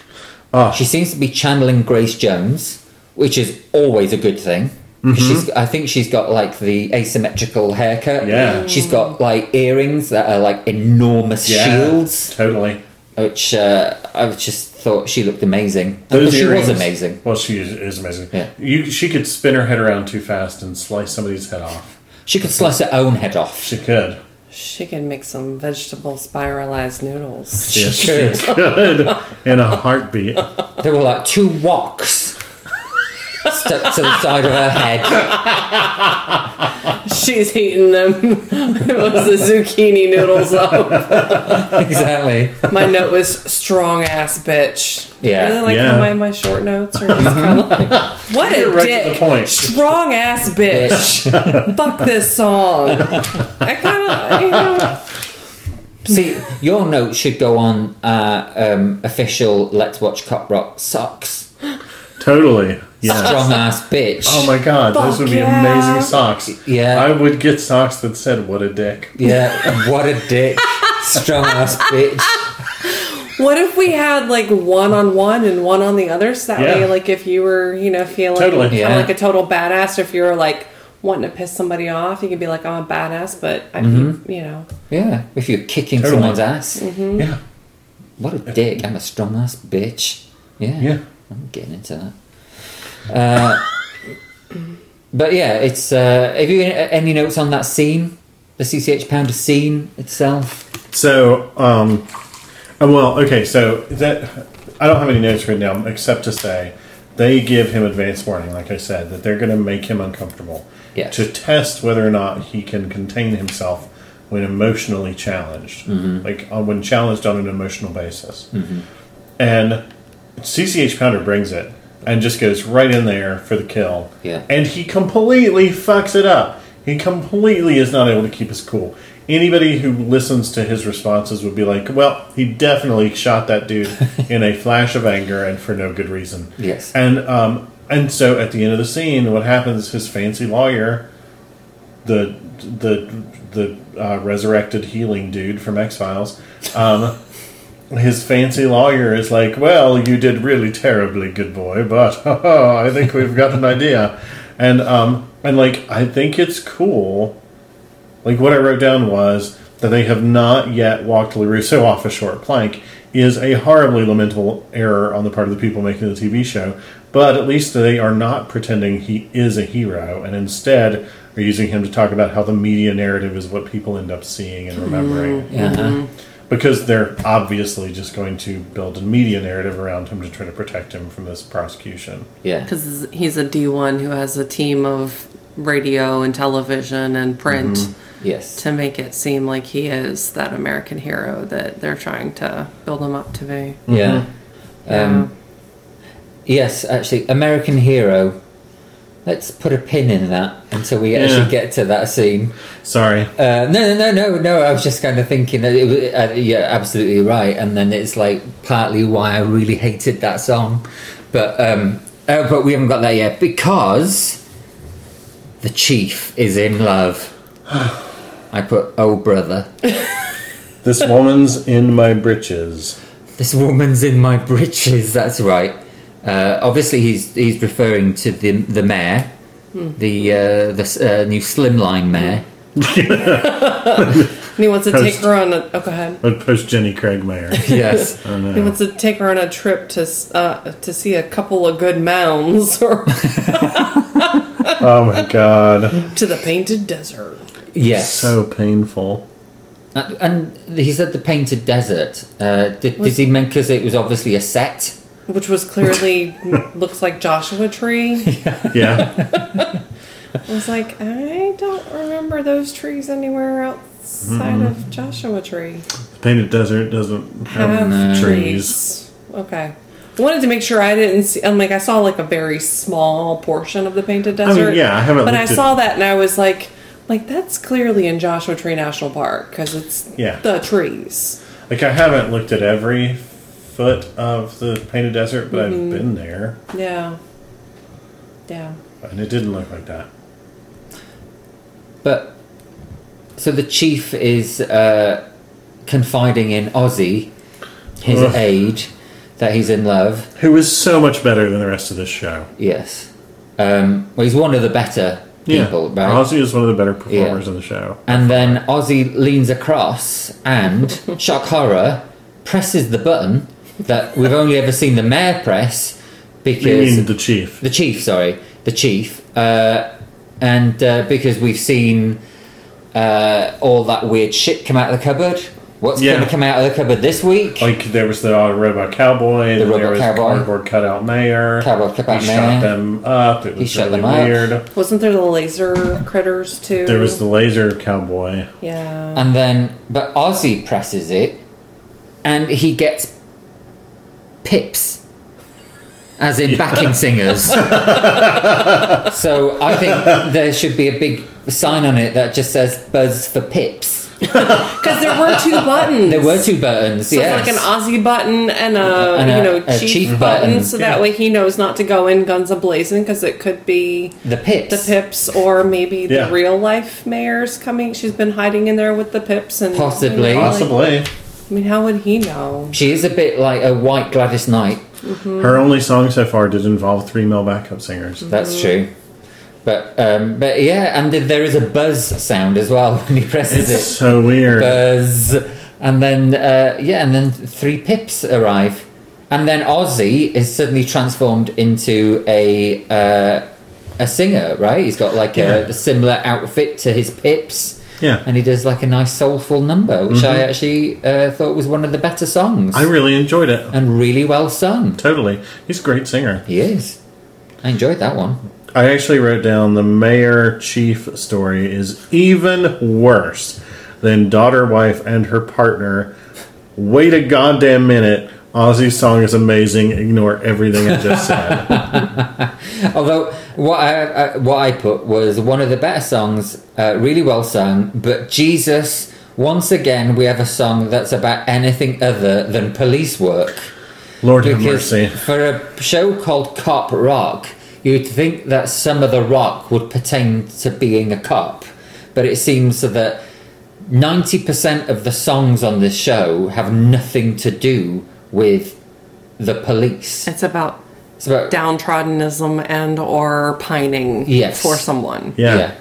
E: Ah.
C: She seems to be channeling Grace Jones, which is always a good thing.
E: Mm-hmm.
C: She's, I think she's got like the asymmetrical haircut.
E: Yeah.
C: She's got like earrings that are like enormous
E: Yeah,
C: shields,
E: Totally.
C: which uh, I just thought she looked amazing.
E: Those
C: But she
E: earrings-
C: was amazing.
E: Well, she is, is amazing.
C: Yeah.
E: You, she could spin her head around too fast and slice somebody's head off.
C: She could slice her own head off.
E: She could.
D: She can make some vegetable spiralized noodles.
C: She
E: Yes,
C: could.
E: she could. In a heartbeat.
C: There were like two woks stuck to the side of her head.
D: She's eating them. it was the zucchini noodles up.
C: Exactly.
D: My note was strong ass bitch.
C: Yeah.
D: Really like
E: Yeah. Mm-hmm.
D: how my, my short notes are just kind of like, what a
E: You're right
D: dick.
E: to the point.
D: Strong ass bitch. Fuck this song. I kind of, you know,
C: See, your note should go on uh, um, official Let's Watch Cop Rock socks.
E: Totally. Yes.
C: Strong ass bitch.
E: Oh my god, those
D: Fuck
E: would be
D: yeah.
E: amazing socks.
C: Yeah.
E: I would get socks that said, What a dick.
C: Yeah, what a dick. Strong ass bitch.
D: what if we had like one on one and one on the other? So that
E: Yeah.
D: way, like, if you were, you know, feeling
E: Totally.
D: kinda
C: Yeah.
D: like a total badass, or if you were like wanting to piss somebody off, you could be like, "Oh, I'm a badass, but I,
E: Mm-hmm.
D: you know.
C: Yeah, if you're kicking
E: Totally.
C: someone's ass.
E: Yeah.
C: What a dick. I'm a strong ass bitch. Yeah.
E: Yeah.
C: I'm getting into that. Uh, but yeah, it's. Uh, have you any notes on that scene? The CCH Pounder scene itself?
E: So, um, oh, well, okay, so that I don't have any notes written down except to say they give him advance warning, like I said, that they're going to make him uncomfortable
C: Yes.
E: to test whether or not he can contain himself when emotionally challenged, like uh, when challenged on an emotional basis. And CCH Pounder brings it and just goes right in there for the kill.
C: Yeah.
E: And he completely fucks it up. He completely is not able to keep his cool. Anybody who listens to his responses would be like, well, he definitely shot that dude in a flash of anger and for no good reason.
C: Yes.
E: And um and so at the end of the scene what happens is his fancy lawyer the the the uh, resurrected healing dude from X Files. Um, his fancy lawyer is like, "Well, you did really terribly, good boy, but I think we've got an idea," and um, and like I think it's cool. Like what I wrote down was that they have not yet walked Larusso off a short plank is a horribly lamentable error on the part of the people making the TV show, but at least they are not pretending he is a hero and instead are using him to talk about how the media narrative is what people end up seeing and remembering
C: Yeah.
E: because they're obviously just going to build a media narrative around him to try to protect him from this prosecution.
C: Yeah.
D: because he's a D1 who has a team of radio and television and print
E: Mm-hmm.
C: Yes.
D: to make it seem like he is that American hero that they're trying to build him up to be.
E: Mm-hmm.
C: Yeah. Um, yes, actually, American Hero. Let's put a pin in that until we
E: Yeah.
C: actually get to that scene.
E: Sorry.
C: Uh, no, no, no, no, no. I was just kind of thinking that it was, uh, you're absolutely right, and then it's like partly why I really hated that song, but um, uh, but we haven't got there yet because the chief is in love. I put, oh brother,
E: This woman's in my britches.
C: this woman's in my britches. That's right. Uh, obviously, he's he's referring to the the mayor,
E: Hmm.
C: the uh, the s- uh, new slimline mayor.
D: And he wants to take
E: Post-
D: her on a. Oh, go ahead.
E: I'd post Jenny Craigmire.
C: Yes.
E: Um,
D: He wants to take her on a trip to s- uh, to see a couple of good mounds or
E: oh my god.
D: to the painted desert.
C: yes.
E: So painful.
C: And- And he said the painted desert. Uh, did, did he mean because it was obviously a set?
D: Which was clearly looks like Joshua Tree.
E: Yeah.
D: I was like, I don't remember those trees anywhere
E: Mm-hmm.
D: outside of Joshua Tree.
E: The painted desert doesn't have
D: have
E: trees.
D: trees. Okay. I wanted to make sure I didn't see. I'm like, I saw like a very small portion of the painted desert.
E: yeah, I haven't
D: But I
E: looked at-
D: saw that and I was like, like that's clearly in Joshua Tree National Park because it's
E: Yeah.
D: the trees.
E: Like I haven't looked at every foot of the painted desert, but I've been there
D: Yeah. Yeah.
E: and it didn't look like that.
C: But so the chief is uh, confiding in Ozzy, his
E: Ugh.
C: age, that he's in love.
E: Who is so much better than the rest of this show.
C: Yes. Um, well, he's one of the better people,
E: yeah.
C: right?
E: Ozzy is one of the better performers in the show.
C: And then Ozzy leans across and, shock horror, presses the button that we've only ever seen the mayor press
E: You
C: because
E: mean the chief?
C: the chief, sorry, the chief, uh, and uh, because we've seen uh, all that weird shit come out of the cupboard. What's
E: Yeah.
C: going to come out of the cupboard this week?
E: Like there was the uh, robot cowboy, and
C: robot
E: there was
C: cowboy.
E: cardboard cutout mayor.
C: Cardboard cutout
E: he
C: mayor.
E: shot them up. It was
C: shot
E: really
C: them up.
E: weird.
D: Wasn't there the laser critters too?
E: There was the laser cowboy.
D: yeah.
C: And then, but Ozzy presses it, and he gets pips, as in backing singers. so I think there should be a big sign on it that just says "Buzz for Pips."
D: Because there were two buttons.
C: There were two buttons.
D: So
C: yes.
D: it's like an Aussie button and a
C: And a-
D: you know
C: a
D: chief,
C: chief
D: button,
C: button,
D: so
E: yeah.
D: that way he knows not to go in guns a blazing because it could be
C: the pips.
D: the pips or maybe
E: Yeah.
D: the real life mayor's coming. She's been hiding in there with the pips and
C: Possibly.
D: you know, like-
E: Possibly.
D: I mean, how would he know?
C: She is a bit like a white Gladys Knight.
E: Her only song so far did involve three male backup singers.
D: Mm.
C: That's true. But um, but yeah, and there is a buzz sound as well when he presses
E: It's
C: it.
E: so weird.
C: Buzz. And then, uh, yeah, and then three pips arrive. And then Ozzy is suddenly transformed into a uh, a singer, right? He's got like a,
E: Yeah.
C: similar outfit to his pips.
E: Yeah. Mm-hmm.
C: And he does like a nice soulful number, which I actually uh, thought was one of the better songs.
E: I really enjoyed it.
C: and really well sung.
E: Totally. He's a great singer.
C: He is. I enjoyed that one.
E: I actually wrote down the mayor chief story is even worse than daughter, wife, and her partner. Wait a goddamn minute. Ozzy's song is amazing. Ignore everything I just said.
C: Although what I, I what I put was one of the better songs, uh, really well sung. But Jesus, once again, we have a song that's about anything other than police work.
E: Lord have
C: Because
E: mercy.
C: for a show called Cop Rock, you'd think that some of the rock would pertain to being a cop, but it seems that ninety percent of the songs on this show have nothing to do with the police.
D: It's about
C: It's about
D: downtroddenism and or pining
C: Yes.
D: for someone.
E: Yeah.
C: Yeah.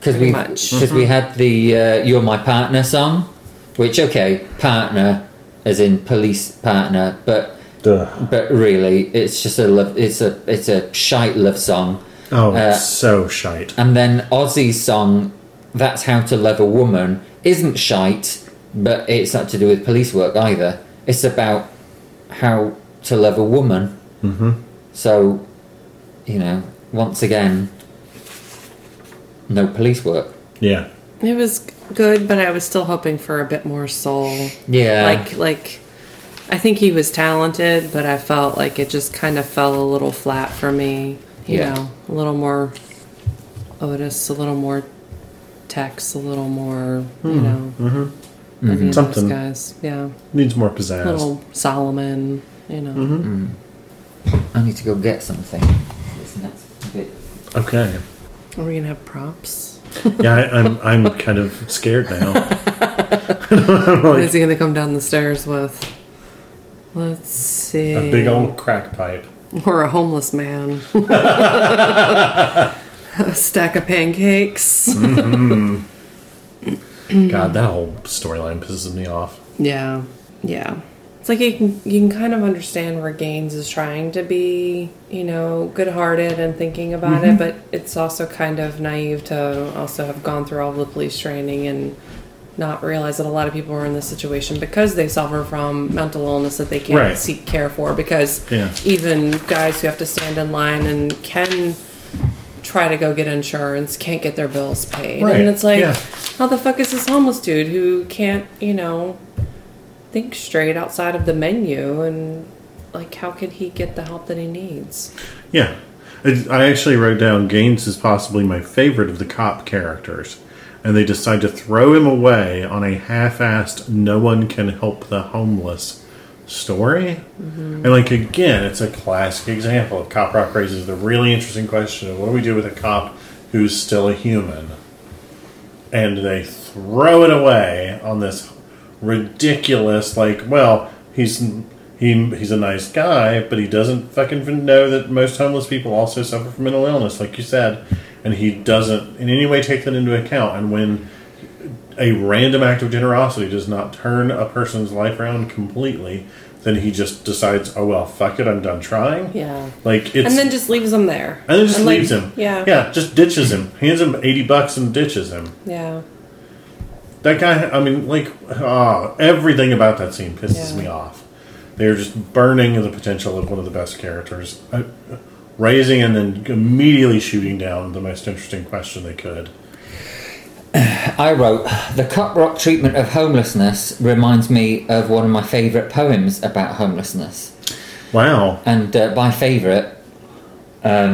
C: Because
D: Pretty
C: we
D: much.
C: because we had the uh, "You're My Partner" song, which okay, partner as in police partner, but
E: Duh.
C: but really it's just a love. It's a it's a shite love song.
E: Oh,
C: Uh,
E: so shite.
C: And then Ozzy's song, "That's How to Love a Woman," isn't shite, but it's not to do with police work either. It's about how to love a woman. Mm-hmm. So, you know, once again, no police work.
E: Yeah.
D: It was good, but I was still hoping for a bit more soul.
C: Yeah.
D: Like like I think he was talented, but I felt like it just kind of fell a little flat for me. You
C: Yeah.
D: know, a little more Otis, a little more Tex, a little more, you know, any of those
E: Something.
D: guys. Yeah.
E: Needs more pizzazz.
D: A little Solomon, you know.
C: I need to go get something. It's not a bit-
E: Okay.
D: Are we going to have props?
E: Yeah, I, I'm I'm kind of scared now.
D: What is he going to come down the stairs with? Let's see.
E: A big old crack pipe.
D: Or a homeless man. a stack of pancakes.
E: God, that whole storyline pisses me off.
D: Yeah, yeah. It's like you can you can kind of understand where Gaines is trying to be, you know, good-hearted and thinking about
E: Mm-hmm.
D: it, but it's also kind of naive to also have gone through all the police training and not realize that a lot of people are in this situation because they suffer from mental illness that they can't
E: Right.
D: seek care for because
E: Yeah.
D: even guys who have to stand in line and can try to go get insurance can't get their bills paid
E: Right,
D: and it's like
E: yeah.
D: how the fuck is this homeless dude who can't you know think straight outside of the menu and like how could he get the help that he needs
E: Yeah. I I actually wrote down Gaines is possibly my favorite of the cop characters, and they decide to throw him away on a half assed, no one can help the homeless story. And, like, again, it's a classic example of Cop Rock raises the really interesting question of what do we do with a cop who's still a human? and they throw it away on this ridiculous like well he's he, he's a nice guy but he doesn't fucking know that most homeless people also suffer from mental illness like you said and he doesn't in any way take that into account and when a random act of generosity does not turn a person's life around completely then he just decides oh well fuck it i'm done trying
D: Yeah.
E: like it's
D: And then just leaves him there.
E: and then just
D: like,
E: leaves him
D: Yeah.
E: yeah just ditches him hands him 80 bucks and ditches him
D: Yeah.
E: that guy, I mean, like, ah, everything about that scene pisses
D: Yeah.
E: me off. They're just burning the potential of one of the best characters, uh, raising and then immediately shooting down the most interesting question they could.
C: I wrote, The Cup Rock treatment of homelessness reminds me of one of my favourite poems about homelessness.
E: Wow.
C: And uh, by favourite, um,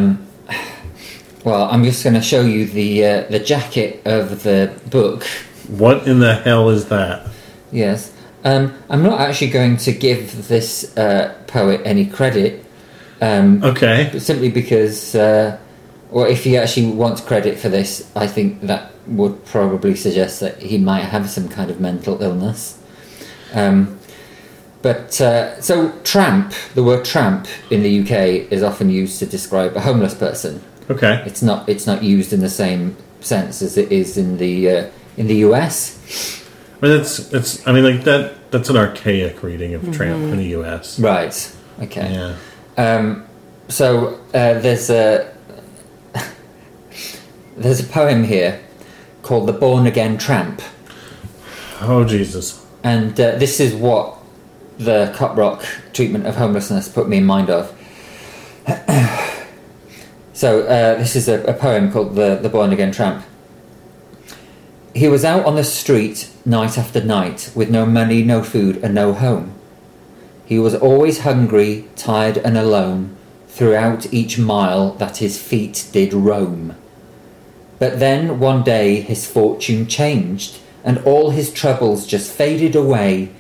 C: well, I'm just going to show you the, uh, the jacket of the book.
E: What in the hell is that?
C: Yes. Um, I'm not actually going to give this uh, poet any credit,
E: Okay.
C: simply because, uh, well, if he actually wants credit for this, I think that would probably suggest that he might have some kind of mental illness. Um, but uh, so, tramp, the word tramp in the UK is often used to describe a homeless person.
E: Okay.
C: It's not, it's not used in the same sense as it is in the, uh, in the US.
E: I mean, it's, it's, I mean, like, that, that's an archaic reading of Tramp
D: Mm-hmm.
E: in the U.S.
C: Right, okay.
E: Yeah.
C: So uh, there's a there's a poem here called "The Born Again Tramp,"
E: Oh, Jesus.
C: and uh, this is what the Cup Rock treatment of homelessness put me in mind of. so uh, this is a, a poem called "The The Born Again Tramp." He was out on the street night after night with no money, no food, and no home. He was always hungry, tired, and alone throughout each mile that his feet did roam. But then one day his fortune changed, and all his troubles just faded away,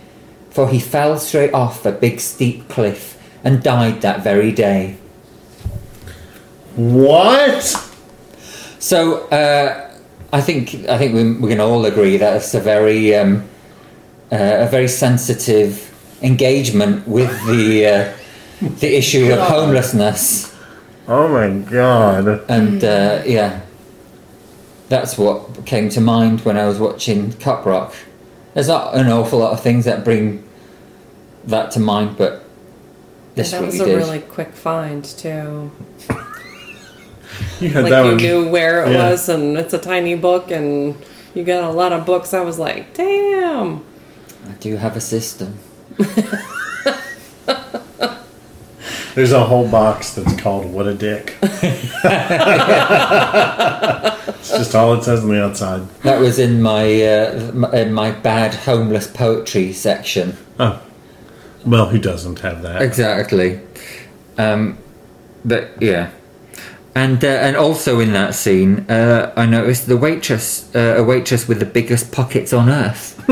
C: for he fell straight off a big steep cliff and died that very day.
E: What?
C: So uh, I think I think we, we can all agree that it's a very um, uh, a very sensitive engagement with the uh, the issue of homelessness.
E: Oh, my God.
C: And
D: Hmm.
C: uh, yeah, that's what came to mind when I was watching Cup Rock. There's not an awful lot of things that bring that to mind, but this
D: that
C: really
D: was a
C: did.
D: really quick find too.
E: You had
D: Like
E: that
D: you
E: one.
D: knew where it
E: yeah.
D: was, and it's a tiny book, and you got a lot of books. I was like, damn.
C: I do have a system.
E: There's a whole box that's called "What a Dick." it's just all it says on the outside.
C: That was in my uh, m- in my bad homeless poetry section.
E: Oh, well, who doesn't have that?
C: Exactly. Um, but yeah. And, uh, and also in that scene, uh, I noticed the waitress, uh, a waitress with the biggest pockets on earth,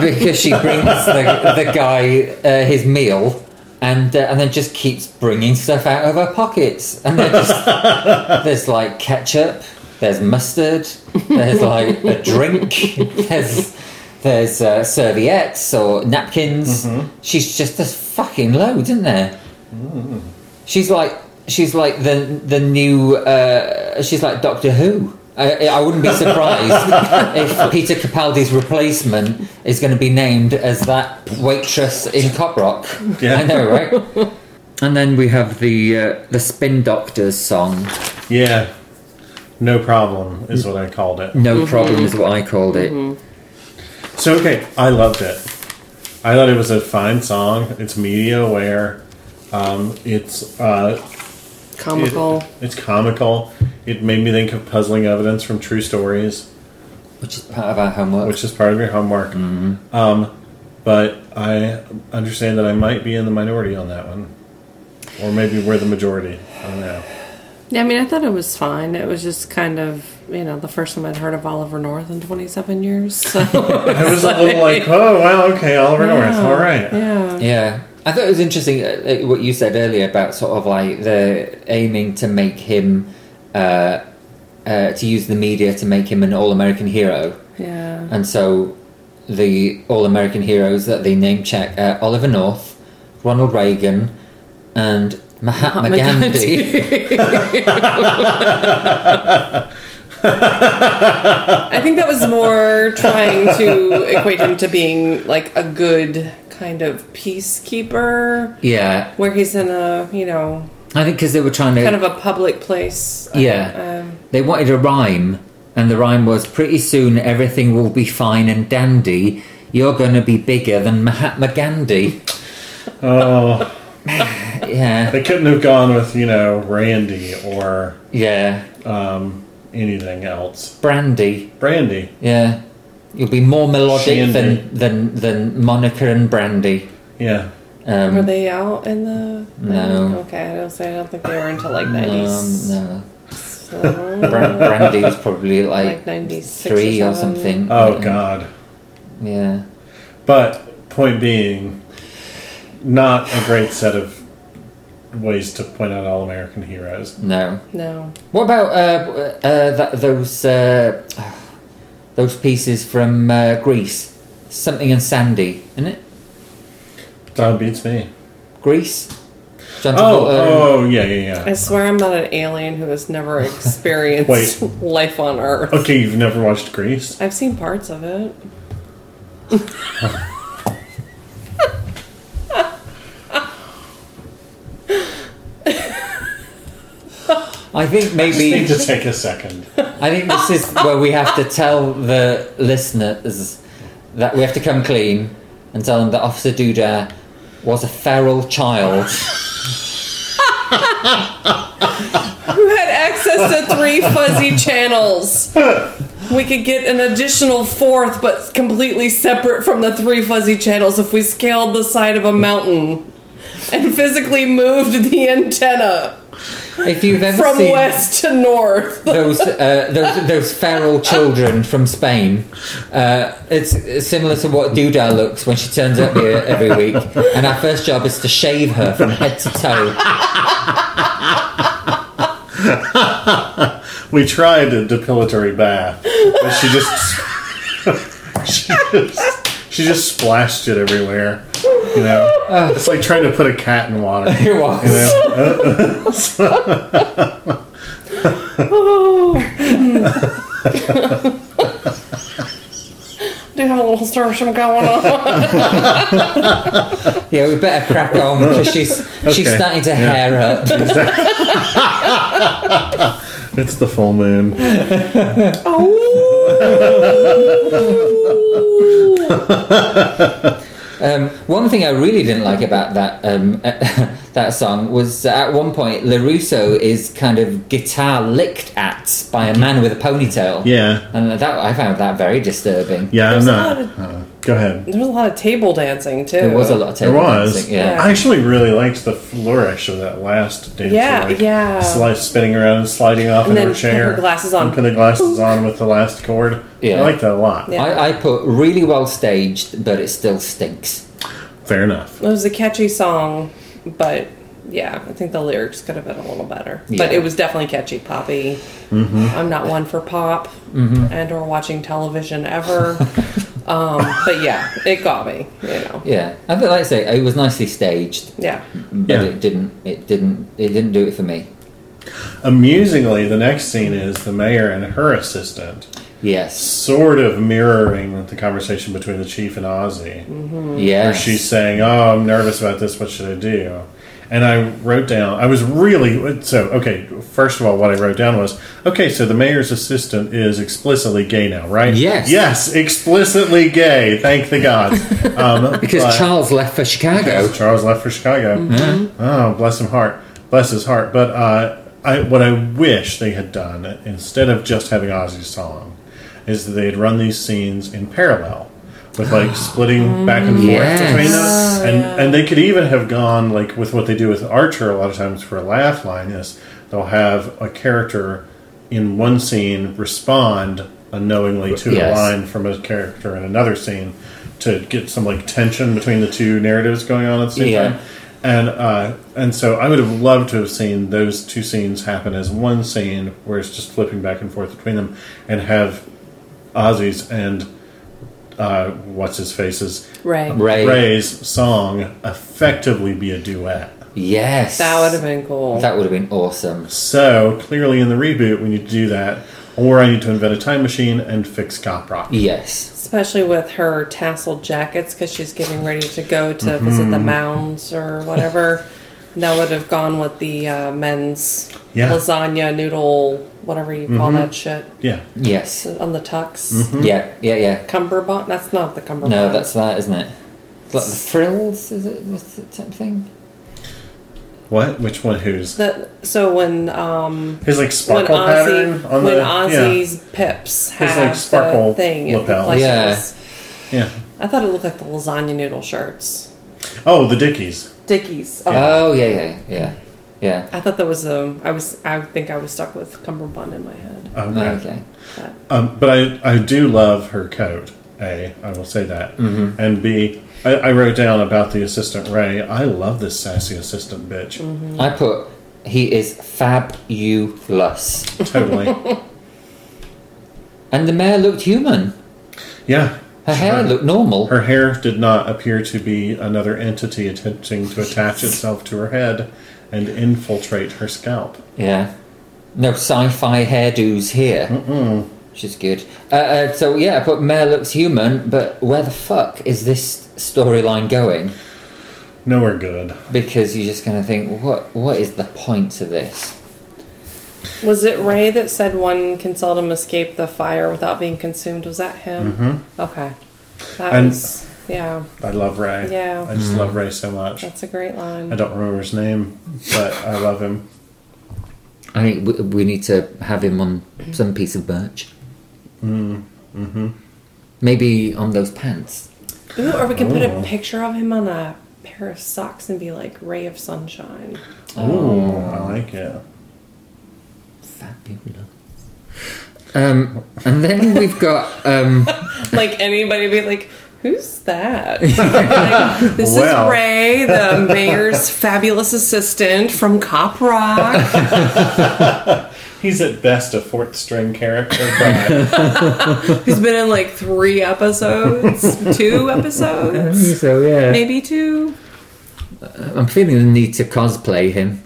C: because she brings the, the guy uh, his meal, and uh, and then just keeps bringing stuff out of her pockets, and they're just, there's like ketchup, there's mustard, there's like a drink, there's there's uh, serviettes or napkins. She's just there's fucking loads, isn't there? She's like she's like the the new uh, she's like Doctor Who. I, I wouldn't be surprised if Peter Capaldi's replacement is going to be named as that waitress in Cop Rock.
E: Yeah.
C: I know, right? And then we have the uh, the Spin Doctors song.
E: Yeah, no problem is what I called it.
C: No problem is what I called it.
E: So okay, I loved it. I thought it was a fine song. It's media aware. Um, it's uh, It-
D: Comical.
E: it's comical. It made me think of puzzling evidence from true stories.
C: which is part of our homework.
E: which is part of your homework. Um, but I understand that I might be in the minority on that one, or maybe we're the majority. I don't know.
D: Yeah, I mean, I thought it was fine. It was just kind of, you know, the first time I'd heard of Oliver North in 27 years. So,
E: I was a little like, oh wow, okay, Oliver North, all right.
D: yeah.
C: yeah, I thought it was interesting uh, uh, what you said earlier about sort of like the aiming to make him uh, uh, to use the media to make him an all-American hero.
D: Yeah.
C: And so the All American heroes that they name check are Oliver North, Ronald Reagan, and Mahatma, Gandhi.
D: I think that was more trying to equate him to being like a good kind of peacekeeper,
C: Yeah,
D: where he's in a you know
C: I think because they were trying to.
D: kind of a public place.
C: yeah.
D: Um,
C: they wanted a rhyme, and the rhyme was pretty soon everything will be fine and dandy. You're going to be bigger than Mahatma Gandhi.
E: Oh,
C: Yeah,
E: they couldn't have gone with you know Randy or
C: yeah.
E: um, anything else.
C: Brandy.
E: Brandy.
C: Yeah. You'll be more melodic
E: Shandy.
C: than, than than Monica and Brandy.
E: Yeah.
C: Um,
D: Were they out in the?
C: No.
D: Okay, I don't. say I don't think they were until like
C: um,
D: nineties.
C: no. Bran- Brandy was probably like,
D: Like 96 or
C: three or
D: something.
C: something.
E: Oh
C: Um,
E: God.
C: Yeah.
E: But point being, not a great set of ways to point out all American heroes.
C: No.
D: No.
C: What about uh, uh, that, those uh, those pieces from uh, Greece? Something and Sandy, isn't it?
E: Don beats me.
C: Greece. John
E: Oh,
C: Travolta. Um,
E: oh, yeah, yeah,
D: I
E: yeah.
D: swear I'm not an alien who has never experienced
E: Wait.
D: life on Earth.
E: Okay, you've never watched Grease?
D: I've seen parts of it.
C: I think
E: We need
C: maybe
E: to take a second.
C: I think this is where we have to tell the listeners that we have to come clean and tell them that Officer Duda was a feral child.
D: Who had access to three fuzzy channels? We could get an additional fourth, but completely separate from the three fuzzy channels if we scaled the side of a mountain and physically moved the antenna
C: If you've ever
D: from
C: seen
D: west to north.
C: those, uh, those those feral children from Spain. Uh, it's it's similar to what Duda looks when she turns up here every week, and our first job is to shave her from head to toe.
E: We tried a depilatory bath, but she just she just she just splashed it everywhere. You
D: Ah.
E: know, it's like trying to put a cat in water. You
C: It was.
E: know?
D: Do have a little storm going on.
C: Yeah, we better crack on because she's she's
E: Okay.
C: starting to
E: Yeah.
C: hair up.
E: It's the full moon.
C: Um, one thing I really didn't like about that um, that song was at one point Larusso is kind of guitar licked at by a man with a ponytail.
E: Yeah,
C: And that I found that very disturbing.
E: yeah. I'm
D: There's a
E: not.
D: lot of-
E: uh, go ahead.
D: There was a lot of table dancing too.
C: There was a lot of
E: There
C: table
E: was.
C: dancing, Yeah.
E: I actually really liked the flourish of that last dance.
D: Yeah,
E: like,
D: yeah.
E: Sli- spinning around and sliding off in
D: then
E: her chair.
D: put her glasses on.
E: Put the glasses on with the last chord.
C: Yeah.
E: I like that a lot.
D: Yeah.
C: I, I put really well staged, but it still stinks.
E: Fair enough.
D: It was a catchy song, but yeah, I think the lyrics could have been a little better.
C: Yeah.
D: But it was definitely catchy, poppy. I'm not one for pop and or watching television ever. um, but yeah, it got me. You know,
C: Yeah, I think, like I say, it was nicely staged,
D: yeah.
C: but
E: Yeah.
C: it didn't. It didn't. It didn't do it for me.
E: Amusingly, the next scene is the mayor and her assistant,
C: Yes.
E: sort of mirroring the conversation between the chief and Ozzy.
C: Yeah.
E: She's saying, "Oh, I'm nervous about this. What should I do?" And I wrote down. I was really so okay. First of all, what I wrote down was okay. So the mayor's assistant is explicitly gay now, right?
C: Yes.
E: Yes, explicitly gay. Thank the gods. Um,
C: because
E: but-
C: Charles left for Chicago. Mm-hmm.
E: Yes, Charles left for Chicago. Oh, bless him heart, bless his heart. But uh, I, what I wish they had done instead of just having Ozzy's song is that they had run these scenes in parallel with like splitting back and forth
C: Yes. Oh,
E: between them, and and they could even have gone like with what they do with Archer a lot of times for a laugh line is they'll have a character in one scene respond unknowingly to
C: Yes.
E: a line from a character in another scene to get some like tension between the two narratives going on at the same
C: Yeah.
E: time. And uh, and so I would have loved to have seen those two scenes happen as one scene where it's just flipping back and forth between them, and have Ozzy's and uh, what's his face's
D: Right.
C: Ray.
E: Ray's song effectively be a duet.
C: Yes.
D: That would have been cool.
C: That would have been awesome.
E: So clearly, in the reboot, we need to do that, or I need to invent a time machine and fix Cop Rock.
C: Yes.
D: Especially with her tasseled jackets because she's getting ready to go to visit the mounds or whatever. And that would have gone with the uh, men's
E: Yeah.
D: lasagna, noodle, whatever you call that shit.
E: Yeah,
C: Yes.
D: On the tux.
C: Yeah. Yeah. Yeah.
D: Cumberbund? That's not the cummerbund.
C: No, that's that, isn't it? It's Like the frills, is it? What's the type of thing?
E: what? Which one? Who's
D: The, so when um
E: his like
D: when
E: sparkle
D: Ozzy
E: pattern on
D: when
E: the
D: Ozzy's pips
E: like,
D: have
E: sparkle
D: the thing, it looked
E: lapel.
D: like it
C: Yeah.
D: was-
E: yeah.
D: I thought it looked like the lasagna noodle shirts.
E: yeah. Oh, the Dickies.
D: Dickies. Oh,
C: Oh, yeah, yeah, yeah. Yeah.
D: I thought that was um. I was. I think I was stuck with cummerbund in my head.
E: Oh, Okay.
C: Okay.
E: Um, but I, I do love her coat. A, I will say that.
D: Mm-hmm.
E: And B, I, I wrote down about the assistant Ray. I love this sassy assistant bitch.
D: Mm-hmm.
C: I put, he is fabulous.
E: Totally.
C: And the mare looked human.
E: yeah.
C: Her hair
E: Sure.
C: looked normal.
E: Her hair did not appear to be another entity attempting to attach itself to her head and infiltrate her scalp.
C: Yeah. No sci-fi hairdos here. Mm-mm. Which is good. Uh, uh, so yeah, but Mare looks human, but where the fuck is this storyline going?
E: Nowhere good.
C: Because you're just going to think, what what is the point of this?
D: Was it Ray that said one can seldom escape the fire without being consumed? Was that him? Mm-hmm. Okay. That
E: And-
D: was. Yeah,
E: I love Ray.
D: Yeah.
E: I just
C: Mm-hmm.
E: love Ray so much.
D: that's a great line.
E: I don't remember his name, but I love him.
C: I think we, we need to have him on some piece of merch. Mm. Mm-hmm. Maybe on those pants.
D: Ooh, or we can put
E: Oh.
D: a picture of him on a pair of socks and be like ray of sunshine.
E: Ooh, I like it.
C: Fabulous. Um, and then we've got um,
D: Like anybody be like, who's that? Like, this
E: Well.
D: is Ray, the mayor's fabulous assistant from Cop Rock.
E: He's at best a fourth string character, but
D: Who's been in like three episodes, two episodes,
C: so yeah.
D: maybe two.
C: I'm feeling the need to cosplay him.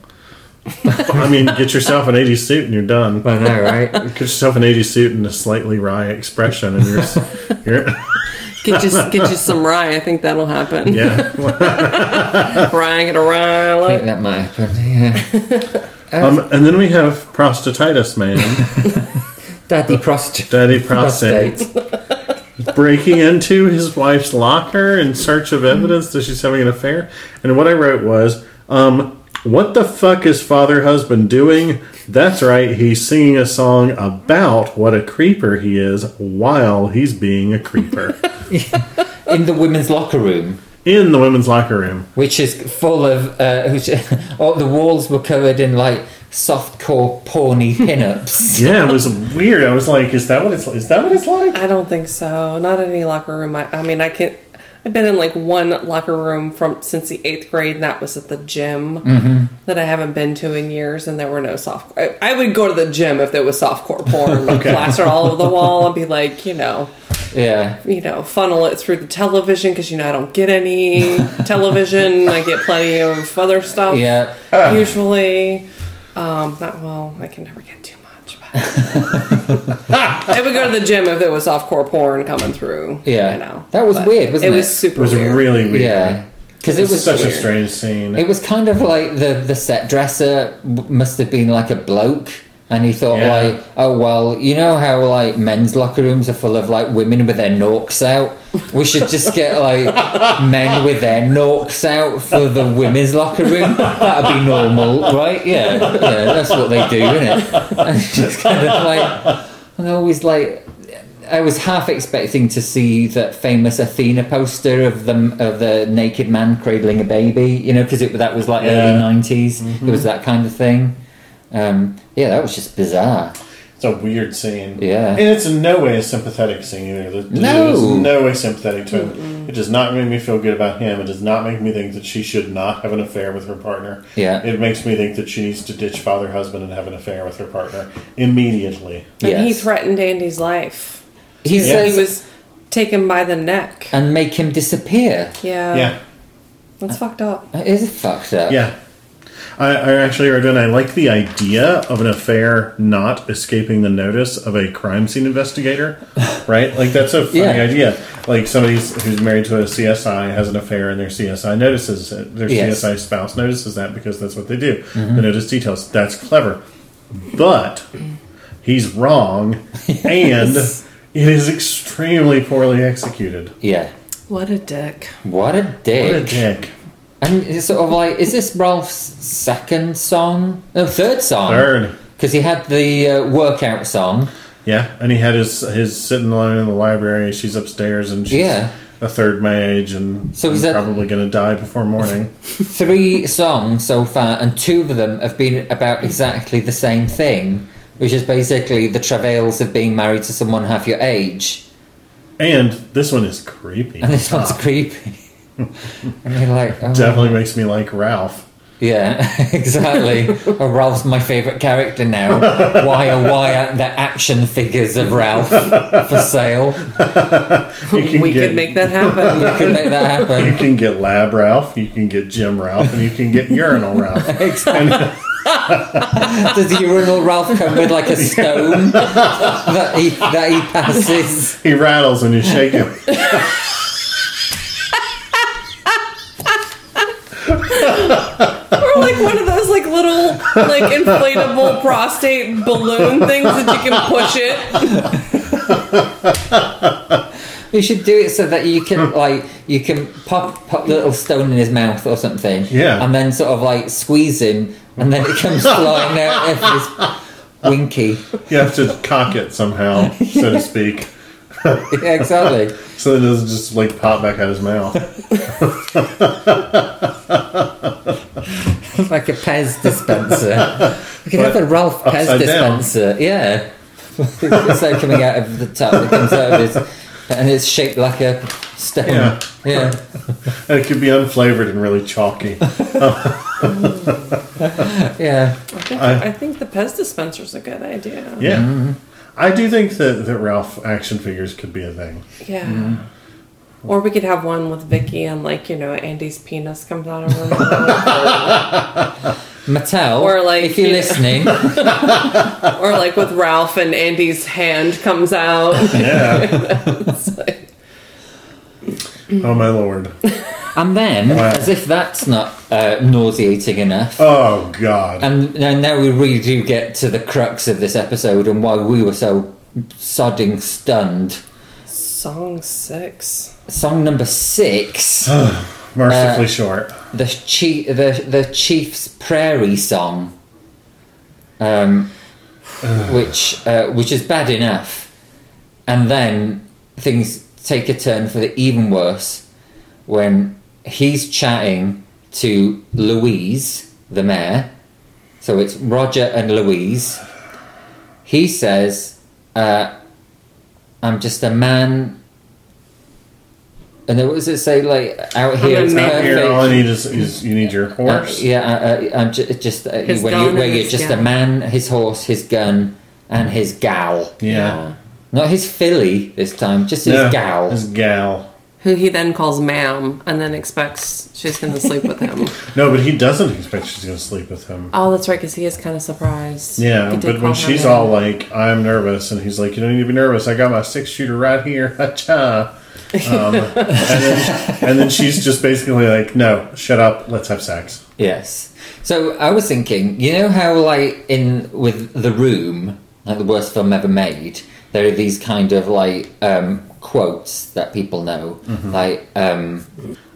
E: I mean, get yourself an 80s suit and you're done.
C: I know, right?
E: Get yourself an 80s suit and a slightly wry expression, and you're, s- you're
D: Get you, get you some rye. I think that'll happen.
E: yeah.
D: Rye, get a rye.
C: I
D: look.
C: think that might happen. Yeah,
E: Um, and then we have prostatitis man,
C: daddy prostitute.
E: daddy prostate, breaking into his wife's locker in search of evidence that she's having an affair. And what I wrote was, um, "What the fuck is father husband doing?" That's right, he's singing a song about what a creeper he is while he's being a creeper
C: in the women's locker room,
E: in the women's locker room.
C: which is full of uh, which, oh, the walls were covered in like softcore porny pinups.
E: Yeah, it was weird. I was like, "Is that what it's? Is that what it's like?"
D: I don't think so. Not any locker room. I, I mean, I can. I've been in like one locker room from since the eighth grade, and that was at the gym that I haven't been to in years. And there were no soft. I, I would go to the gym if there was softcore porn, like plaster all over the wall, and be like, you know,
C: yeah,
D: you know, funnel it through the television because you know I don't get any television. I get plenty of other stuff.
C: yeah.
D: Usually, um, not, well, I can never get too much. But I would go to the gym if there was softcore porn coming through.
C: Yeah.
D: you know
C: That was weird, wasn't
D: It was
C: it?
E: It
D: super
E: was
D: weird.
E: really weird.
C: Yeah, because it
E: It's
C: was
E: such
C: weird.
E: a strange scene.
C: It was kind of like the the set dresser w- must have been like a bloke. And he thought,
E: Yeah.
C: like, oh well, you know how like men's locker rooms are full of like women with their norks out. We should just get like men with their norks out for the women's locker room. That'd be normal, right? Yeah, yeah, that's what they do, isn't it? And it's just kind of like, and I always like, I was half expecting to see that famous Athena poster of the of the naked man cradling a baby, you know, because that was like
E: Yeah. Mm-hmm.
C: early 90s It was that kind of thing. Um, yeah, that was just bizarre.
E: It's a weird scene.
C: Yeah.
E: And it's in no way a sympathetic scene either. The-
C: No.
E: It's in no way sympathetic to him. It does not make me feel good about him. It does not make me think that she should not have an affair with her partner.
C: Yeah.
E: It makes me think that she needs to ditch father husband and have an affair with her partner immediately.
D: And he
C: Yes.
D: threatened Andy's life.
C: He
D: He said
C: says,
D: he was taken by the neck.
C: and make him disappear.
D: Yeah.
E: Yeah.
D: That's fucked up.
C: That is fucked up.
E: Yeah. I, I actually wrote down, I like the idea of an affair not escaping the notice of a crime scene investigator, right? Like, that's a funny
C: Yeah.
E: idea. Like, somebody who's married to a CSI has an affair and their CSI notices it. Their
C: Yes. Mm-hmm.
E: CSI spouse notices that because that's what they do. They notice details. That's clever. But he's wrong, and
C: Yes.
E: it is extremely poorly executed.
C: Yeah.
D: What a dick.
C: What a dick.
E: What a dick.
C: And it's sort of like, is this Ralph's second song? No, third song.
E: Third.
C: Because he had the uh, workout song.
E: Yeah, and he had his his sitting alone in the library. She's upstairs, and she's
C: Yeah.
E: a third mage, and so
C: So is
E: he's
C: that-
E: probably going to die before morning.
C: Three songs so far, and two of them have been about exactly the same thing, which is basically the travails of being married to someone half your age.
E: and this one is creepy.
C: And this one's creepy. and you're like, oh,
E: Definitely makes me like Ralph.
C: yeah, exactly. oh, Ralph's my favourite character now. Why, oh, why aren't there action figures of Ralph for sale?
E: You can
D: we
E: get,
D: could make that happen.
C: You could make that
E: You
C: happen.
E: can get Lab Ralph. You can get Jim Ralph, and you can get Urinal Ralph.
C: Exactly. Does the urinal Ralph come with like a stone that he that he passes?
E: He rattles when you shake him.
D: or like one of those like little like inflatable prostate balloon things that you can push it.
C: You should do it so that you can like you can pop pop the little stone in his mouth or something.
E: Yeah.
C: And then sort of like squeeze him, and then it comes flying out of his winky.
E: You have to cock it somehow, so to speak,
C: Yeah, exactly.
E: so it doesn't just like pop back out his mouth.
C: like a Pez dispenser. We could
E: But
C: have a Ralph Pez
E: upside down.
C: dispenser. Yeah. it's like coming out of the top that comes out of his, and it's shaped like a stone.
E: Yeah.
C: Yeah.
E: And it could be unflavored and really chalky.
C: Yeah.
D: I think,
E: I-
D: I think the Pez dispenser's a good idea.
E: Yeah.
C: Mm-hmm.
E: I do think that, that Ralph action figures could be a thing.
D: Yeah. Or we could have one with Vicky and like, you know, Andy's penis comes out of her
C: Mattel,
D: Or like-
C: if you're
D: yeah.
C: listening,
D: mouth. Or like with Ralph and Andy's hand comes out.
E: Yeah.
D: It's like-
E: oh my lord.
C: and then
E: Wow.
C: as if that's not uh, nauseating enough,
E: Oh god.
C: and now, now we really do get to the crux of this episode and why we were so sodding stunned.
D: Song six.
C: Song number six,
E: Mercifully short.
C: the chief, the the chief's prairie song. um, which uh, which is bad enough, and then things take a turn for the even worse when he's chatting to Louise, the mayor. So it's Roger and Louise. He says, uh, "I'm just a man." And then what does it say? Like out here,
D: a
C: it's
D: man.
E: Out here, all I
C: perfect.
E: need is, is you need your
C: Uh,
E: horse.
C: yeah, uh, uh, I'm ju- just uh,
D: His
C: when,
D: gun
C: you, when
D: and
C: you're
D: his
C: just a
D: gal.
C: man, his horse, his gun, and his gal.
E: Yeah.
C: Not his filly this time, just his
E: No,
C: gal.
E: His gal.
D: Who he then calls ma'am and then expects she's gonna sleep with him.
E: No, but he doesn't expect she's going to sleep with him.
D: Oh, that's right, because he is kind of surprised.
E: Yeah,
D: He did
E: but
D: call
E: when
D: her
E: she's
D: ma'am.
E: all like, "I'm nervous," and he's like, "You don't need to be nervous. I got my six shooter right here." Ha-cha. um, and, then, and then she's just basically like, "No, shut up. Let's have sex."
C: Yes. So I was thinking, you know how like in with the room, like the worst film ever made, there are these kind of like um, quotes that people know, like um,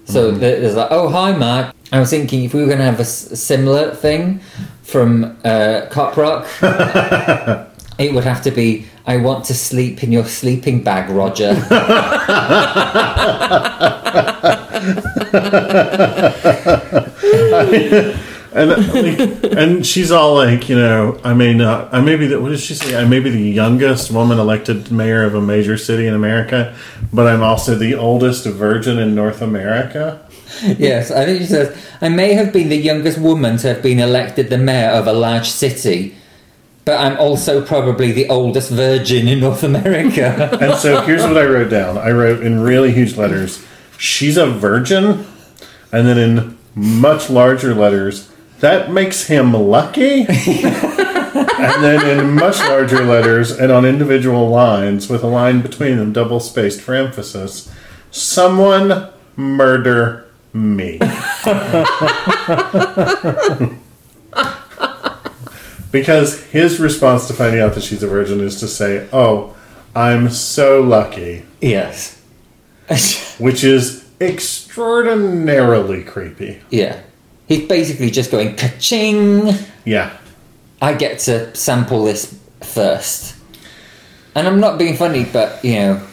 C: so there- there's like, oh hi Mark. I was thinking if we were going to have a s- similar thing from uh, Cop Rock, it would have to be. I want to sleep in your sleeping bag, Roger.
E: And like, and she's all like, you know, I may not, I may be the, what did she say? I may be the youngest woman elected mayor of a major city in America, but I'm also the oldest virgin in North America.
C: Yes, I think she says, I may have been the youngest woman to have been elected the mayor of a large city, but I'm also probably the oldest virgin in North America.
E: And so here's what I wrote down. I wrote in really huge letters, she's a virgin, and then in much larger letters, that makes him lucky. and then in much larger letters and on individual lines with a line between them double spaced for emphasis, someone murder me. because his response to finding out that she's a virgin is to say, "Oh, I'm so lucky."
C: yes.
E: which is extraordinarily creepy.
C: yeah. He's basically just going ka-ching.
E: Yeah.
C: I get to sample this first. And I'm not being funny, but you know,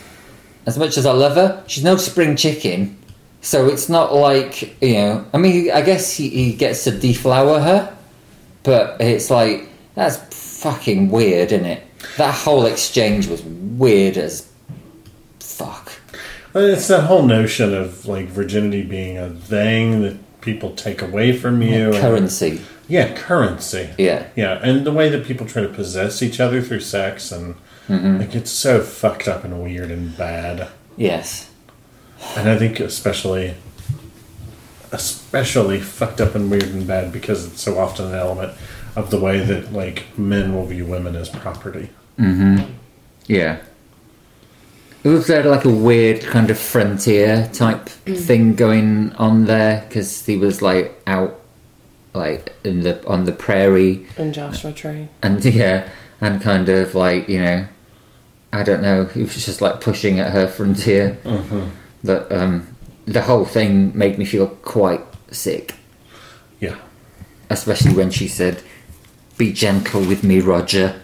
C: as much as I love her, she's no spring chicken. So it's not like, you know, I mean, I guess he, he gets to deflower her, but it's like, that's fucking weird, isn't it? That whole exchange was weird as fuck.
E: It's that whole notion of like virginity being a thing that people take away from you. and-
C: Currency.
E: yeah, currency.
C: Yeah.
E: Yeah, and the way that people try to possess each other through sex and like it's so fucked up and weird and bad.
C: Yes.
E: And I think especially especially fucked up and weird and bad because it's so often an element of the way that like men will view women as property.
C: Yeah. It was there like a weird kind of frontier type thing going on there because he was like out, like in the on the prairie
D: And Joshua Tree.
C: and yeah, and kind of like you know, I don't know, he was just like pushing at her frontier. That um, the whole thing made me feel quite sick,
E: Yeah.
C: especially when she said, "Be gentle with me, Roger,"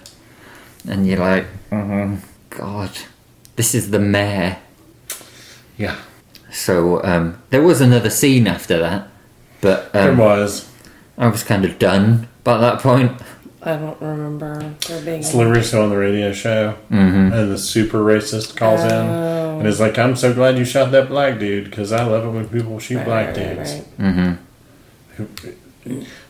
C: and you're like, "Mhm, "God, this is the mayor."
E: Yeah.
C: So um, there was another scene after that, but
E: There
C: um,
E: was.
C: I was kind of done by that point.
D: I don't remember there being.
E: It's LaRusso on the radio show, and the super racist calls in and is like, I'm so glad you shot that black dude because I love it when people shoot black dudes.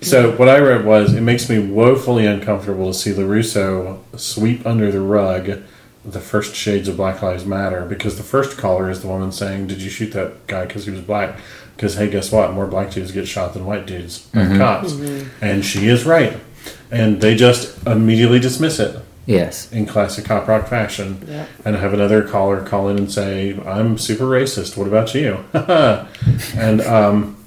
E: So, what I read was, it makes me woefully uncomfortable to see LaRusso sweep under the rug the first shades of Black Lives Matter because the first caller is the woman saying, Did you shoot that guy because he was black? Because, hey, guess what? More black dudes get shot than white dudes by cops. And she is right. And they just immediately dismiss it
C: Yes.
E: in classic cop rock fashion
D: Yep.
E: and have another caller call in and say, I'm super racist. What about you? and, um,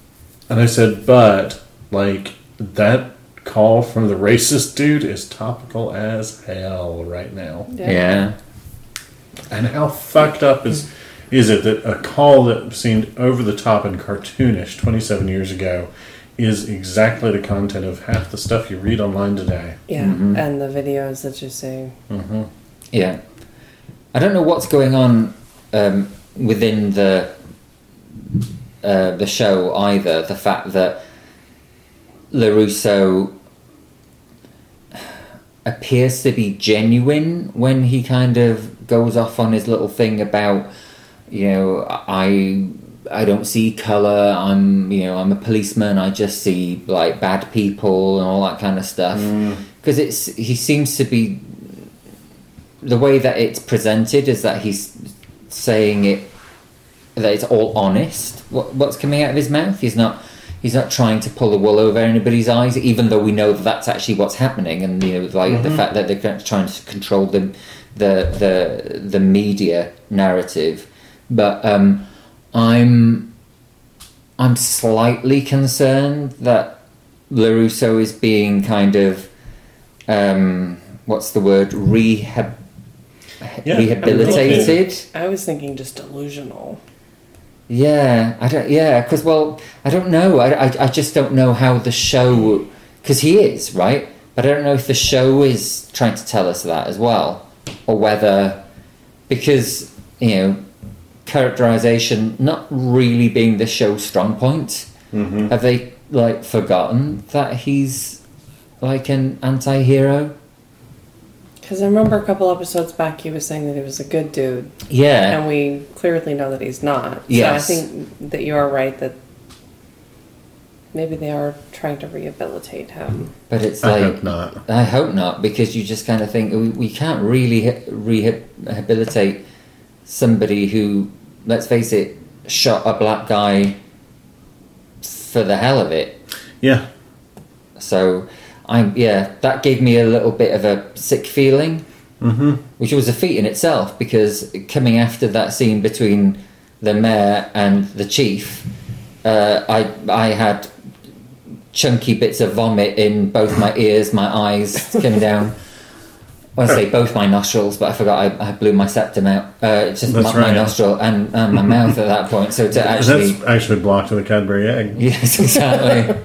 E: and I said, but like that call from the racist dude is topical as hell right now.
D: Yeah.
C: Yeah.
E: And how fucked up is, is it that a call that seemed over the top and cartoonish 27 years ago is exactly the content of half the stuff you read online today?
D: Yeah,
E: Mm-hmm.
D: and the videos that you see.
C: Yeah. I don't know what's going on um, within the uh, the show either. The fact that Larusso appears to be genuine when he kind of goes off on his little thing about you know I I don't see color. I'm you know I'm a policeman. I just see like bad people and all that kind of stuff. Because it's he seems to be the way that it's presented is that he's saying it that it's all honest. What, what's coming out of his mouth? He's not. He's not trying to pull the wool over anybody's eyes, even though we know that that's actually what's happening, and you know, like the fact that they're trying to control the the the, the media narrative. But um, I'm I'm slightly concerned that Larusso is being kind of um, what's the word rehab
E: Yeah,
C: rehabilitated.
D: I was thinking just delusional.
C: Yeah, I don't. Yeah, because well, I don't know. I, I, I just don't know how the show because he is right, but I don't know if the show is trying to tell us that as well, or whether because you know characterization not really being the show's strong point. Have they like forgotten that he's like an anti-hero?
D: Because I remember a couple episodes back, he was saying that he was a good dude,
C: Yeah.
D: and we clearly know that he's not.
C: Yes.
D: So I think that you are right that maybe they are trying to rehabilitate him.
C: But it's
E: I
C: like
E: hope not.
C: I hope not, because you just kind of think we, we can't really he- rehabilitate somebody who, let's face it, shot a black guy for the hell of it.
E: Yeah.
C: So, I'm yeah, that gave me a little bit of a sick feeling, mm-hmm. which was a feat in itself because coming after that scene between the mayor and the chief, uh, I I had chunky bits of vomit in both my ears, my eyes coming down. I want to say both my nostrils, but I forgot I, I blew my septum out. Uh, it's just my,
E: That's
C: my
E: right.
C: nostril and, and my mouth at that point. So to actually,
E: That's actually blocked with a Cadbury egg.
C: Yes, exactly.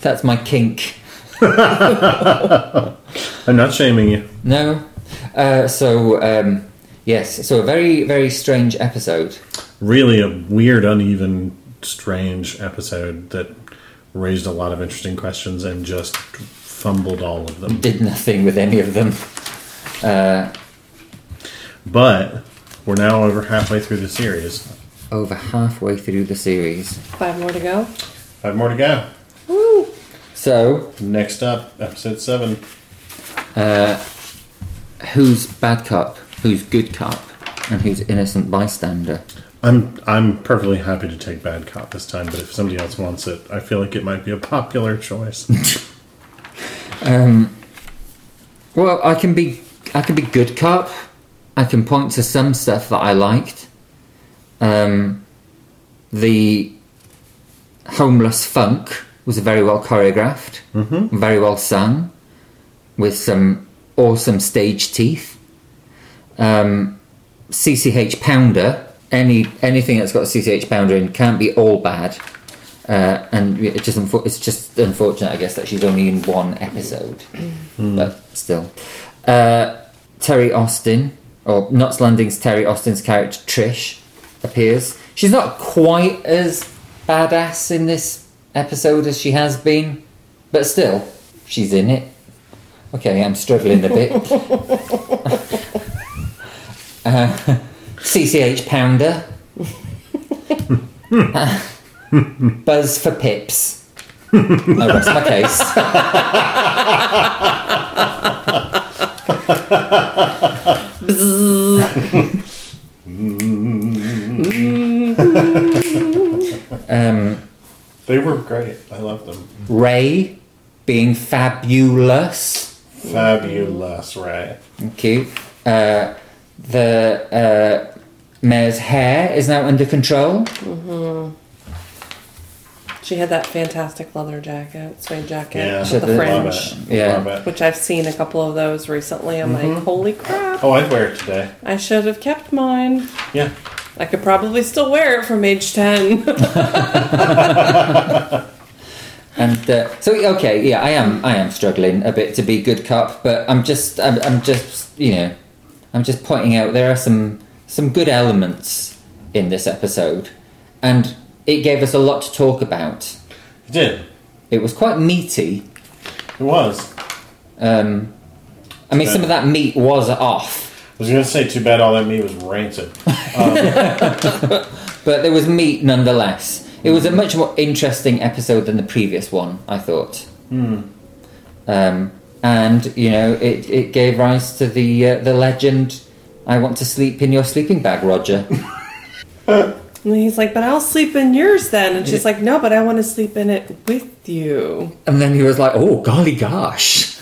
C: That's my kink.
E: I'm not shaming you.
C: No. Uh, so um, yes, so a very very strange episode.
E: Really a weird, uneven, strange episode that raised a lot of interesting questions and just fumbled all of them.
C: Did nothing with any of them.
E: But we're now over halfway through the series.
C: Over halfway through the series.
D: Five more to go.
E: Five more to go.
D: Woo!
C: So
E: Next up, episode seven.
C: who's bad cop? Who's good cop? And who's innocent bystander?
E: I'm I'm perfectly happy to take Bad Cop this time, but if somebody else wants it, I feel like it might be a popular choice.
C: Well, I can be I can be good cop. I can point to some stuff that I liked. Um, the homeless funk was very well choreographed, very well sung, with some awesome stage teeth. Um, CCH Pounder. Any anything that's got CCH Pounder in can't be all bad. Uh, and it just unfo- it's just unfortunate, I guess, that she's only in one episode but still. Uh, Terry Austin, or Knots Landing's Terry Austin's character Trish, appears. She's not quite as badass in this episode as she has been, but still, she's in it. Okay, I'm struggling a bit. uh, Uh, CCH Pounder. Buzz for Pips. I rest my case.
E: they were great. I love them.
C: Ray being fabulous.
E: Fabulous, right?
C: Thank you. Uh, the uh, mayor's hair is now under control.
D: She had that fantastic leather jacket, suede jacket,
E: Yeah.
D: with
C: She had
D: the
C: the-
D: fringe,
E: Love it.
C: Yeah.
E: Love it.
D: which I've seen a couple of those recently. I'm
C: Mm-hmm.
D: like, holy crap!
E: Oh, I'd wear it today.
D: I should have kept mine.
E: Yeah.
D: I could probably still wear it from age ten.
C: And uh, so, okay, yeah, I am, I am struggling a bit to be good cop, but I'm just, I'm, I'm just, you know, I'm just pointing out there are some some good elements in this episode, and it gave us a lot to talk about.
E: It did.
C: It was quite meaty.
E: It was. I
C: Um, I mean, some of that meat was off.
E: was going to say, too bad all that meat was rancid.
C: But there was meat nonetheless. It was a much more interesting episode than the previous one, I thought. Um, and you know, it, it gave rise to the uh, the legend. I want to sleep in your sleeping bag, Roger.
D: and he's like, but I'll sleep in yours then. And she's like, no, but I want to sleep in it with you.
C: and then he was like, "Oh, golly gosh."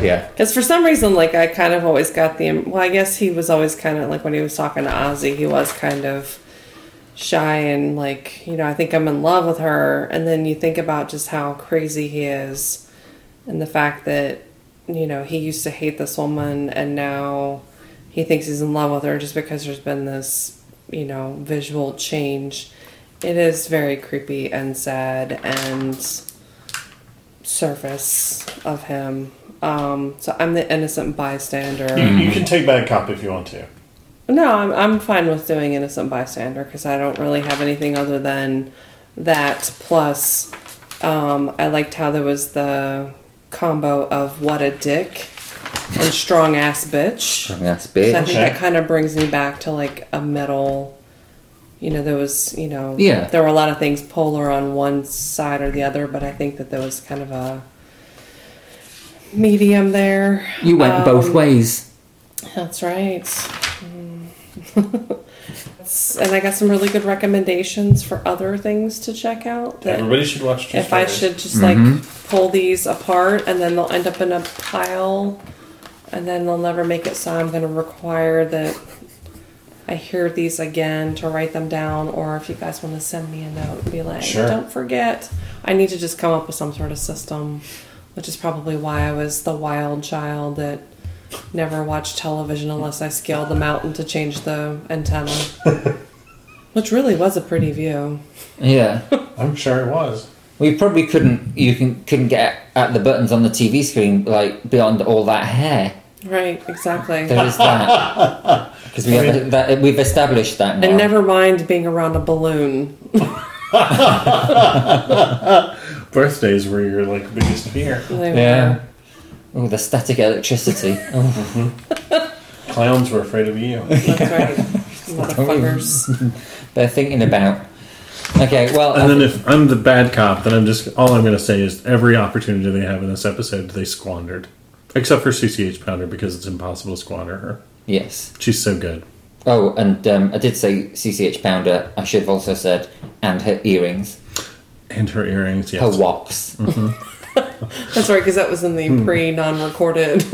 C: Yeah,
D: Because for some reason, like I kind of always got the well, I guess he was always kind of like when he was talking to Ozzy, he was kind of shy and like you know I think I'm in love with her, and then you think about just how crazy he is, and the fact that you know he used to hate this woman, and now he thinks he's in love with her just because there's been this you know visual change. It is very creepy and sad and surface of him. Um, so I'm the innocent bystander.
E: You can take Bad Cop if you want to.
D: No, I'm, I'm fine with doing innocent bystander because I don't really have anything other than that plus um, I liked how there was the combo of what a dick and strong ass
C: That's
D: bitch. So I think
C: bitch.
E: Okay.
D: that kind of brings me back to like a metal. You know, there was you know
C: Yeah.
D: there were a lot of things polar on one side or the other, but I think that there was kind of a medium there.
C: You went
D: Um,
C: both ways.
D: That's right. Mm. That's- and I got some really good recommendations for other things to check out. That
E: Everybody should watch True
D: if I
E: Stories.
D: should just like pull these apart and then they'll end up in a pile and then they'll never make it so I'm going to require that I hear these again to write them down or if you guys want to send me a note and be like
E: Sure.
D: don't forget I need to just come up with some sort of system which is probably why I was the wild child that never watched television unless I scaled the mountain to change the antenna which really was a pretty view
C: Yeah.
E: I'm sure it was.
C: We probably couldn't. You can couldn't get at the buttons on the TV screen like beyond all that hair.
D: right exactly
C: There is that because we have that, we've established that now.
D: And never mind being around a balloon.
E: Birthdays were your like biggest fear.
D: They
C: yeah. Oh, the static electricity. Oh,
E: Clowns were afraid of you.
D: were- That's right. Motherfuckers.
C: they're thinking about. Okay, well,
E: And then if I'm the bad cop, then I'm just all I'm going to say is every opportunity they have in this episode they squandered, except for CCH Pounder because it's impossible to squander her.
C: yes.
E: She's so good.
C: Oh, and um, I did say CCH Pounder. I should have also said and her earrings,
E: And her earrings, yes. Mm.
C: her wops.
D: That's right, because that was in the pre non recorded.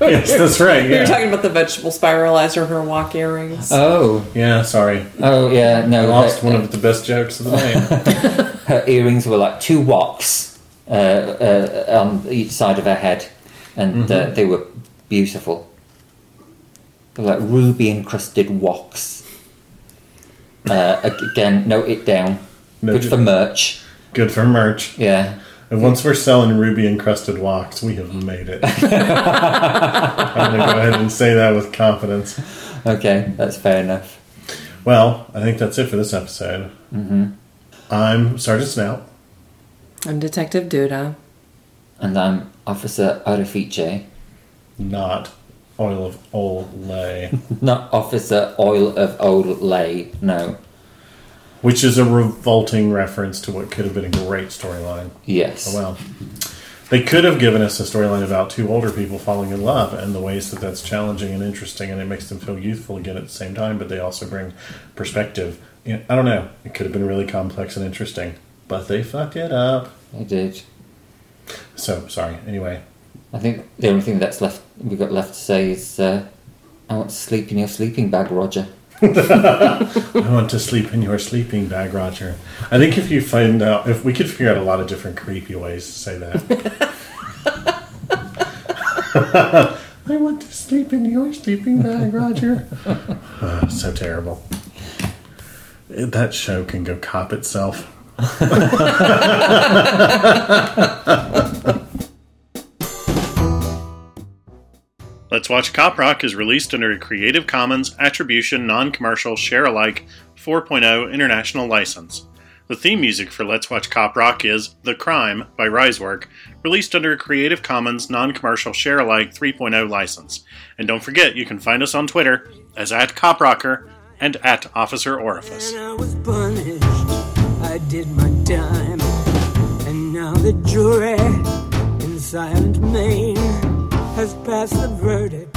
E: yes, that's right.
D: We were
E: Yeah.
D: talking about the vegetable spiralizer and her walk earrings.
C: Oh,
E: yeah, sorry.
C: oh yeah, no,
E: I lost
C: her,
E: one of the best jokes of the night.
C: her earrings were like two wops uh, uh, on each side of her head, and uh,
E: Mm-hmm.
C: they were beautiful. They were like ruby encrusted wops. Uh, ag- again, note it down.
E: Note
C: Good
E: it-
C: for merch.
E: Good for merch.
C: Yeah.
E: And once we're selling ruby encrusted walks, we have made it. I'm going to go ahead and say that with confidence.
C: Okay, that's fair enough.
E: Well, I think that's it for this episode. Mm-hmm. I'm Sergeant Snout.
D: I'm Detective Duda.
C: And I'm Officer Orifice.
E: not oil of Olay,
C: Not Officer Oil of Old Lay, no.
E: which is a revolting reference to what could have been a great storyline.
C: Yes.
E: Oh well, they could have given us a storyline about two older people falling in love and the ways that that's challenging and interesting, and it makes them feel youthful again at the same time. But they also bring perspective. You know, I don't know. It could have been really complex and interesting, but they fucked it up.
C: I did.
E: So sorry. Anyway,
C: I think the only thing that's left we've got left to say is uh, I want to sleep in your sleeping bag, Roger.
E: I want to sleep in your sleeping bag, Roger. I think if you find out, if we could figure out a lot of different creepy ways to say that. I want to sleep in your sleeping bag, Roger. Ah, so terrible. Eh, That show can go cop itself.
A: Let's Watch Cop Rock is released under a Creative Commons Attribution Non Commercial Share Alike 4.0 International License. The theme music for Let's Watch Cop Rock is The Crime by Risework, released under a Creative Commons Non Commercial Share Alike 3.0 license. And don't forget, you can find us on Twitter as at CopRocker and at Officer Orifice.
B: And I was punished. I did my time. And now the jury in silent main has passed the verdict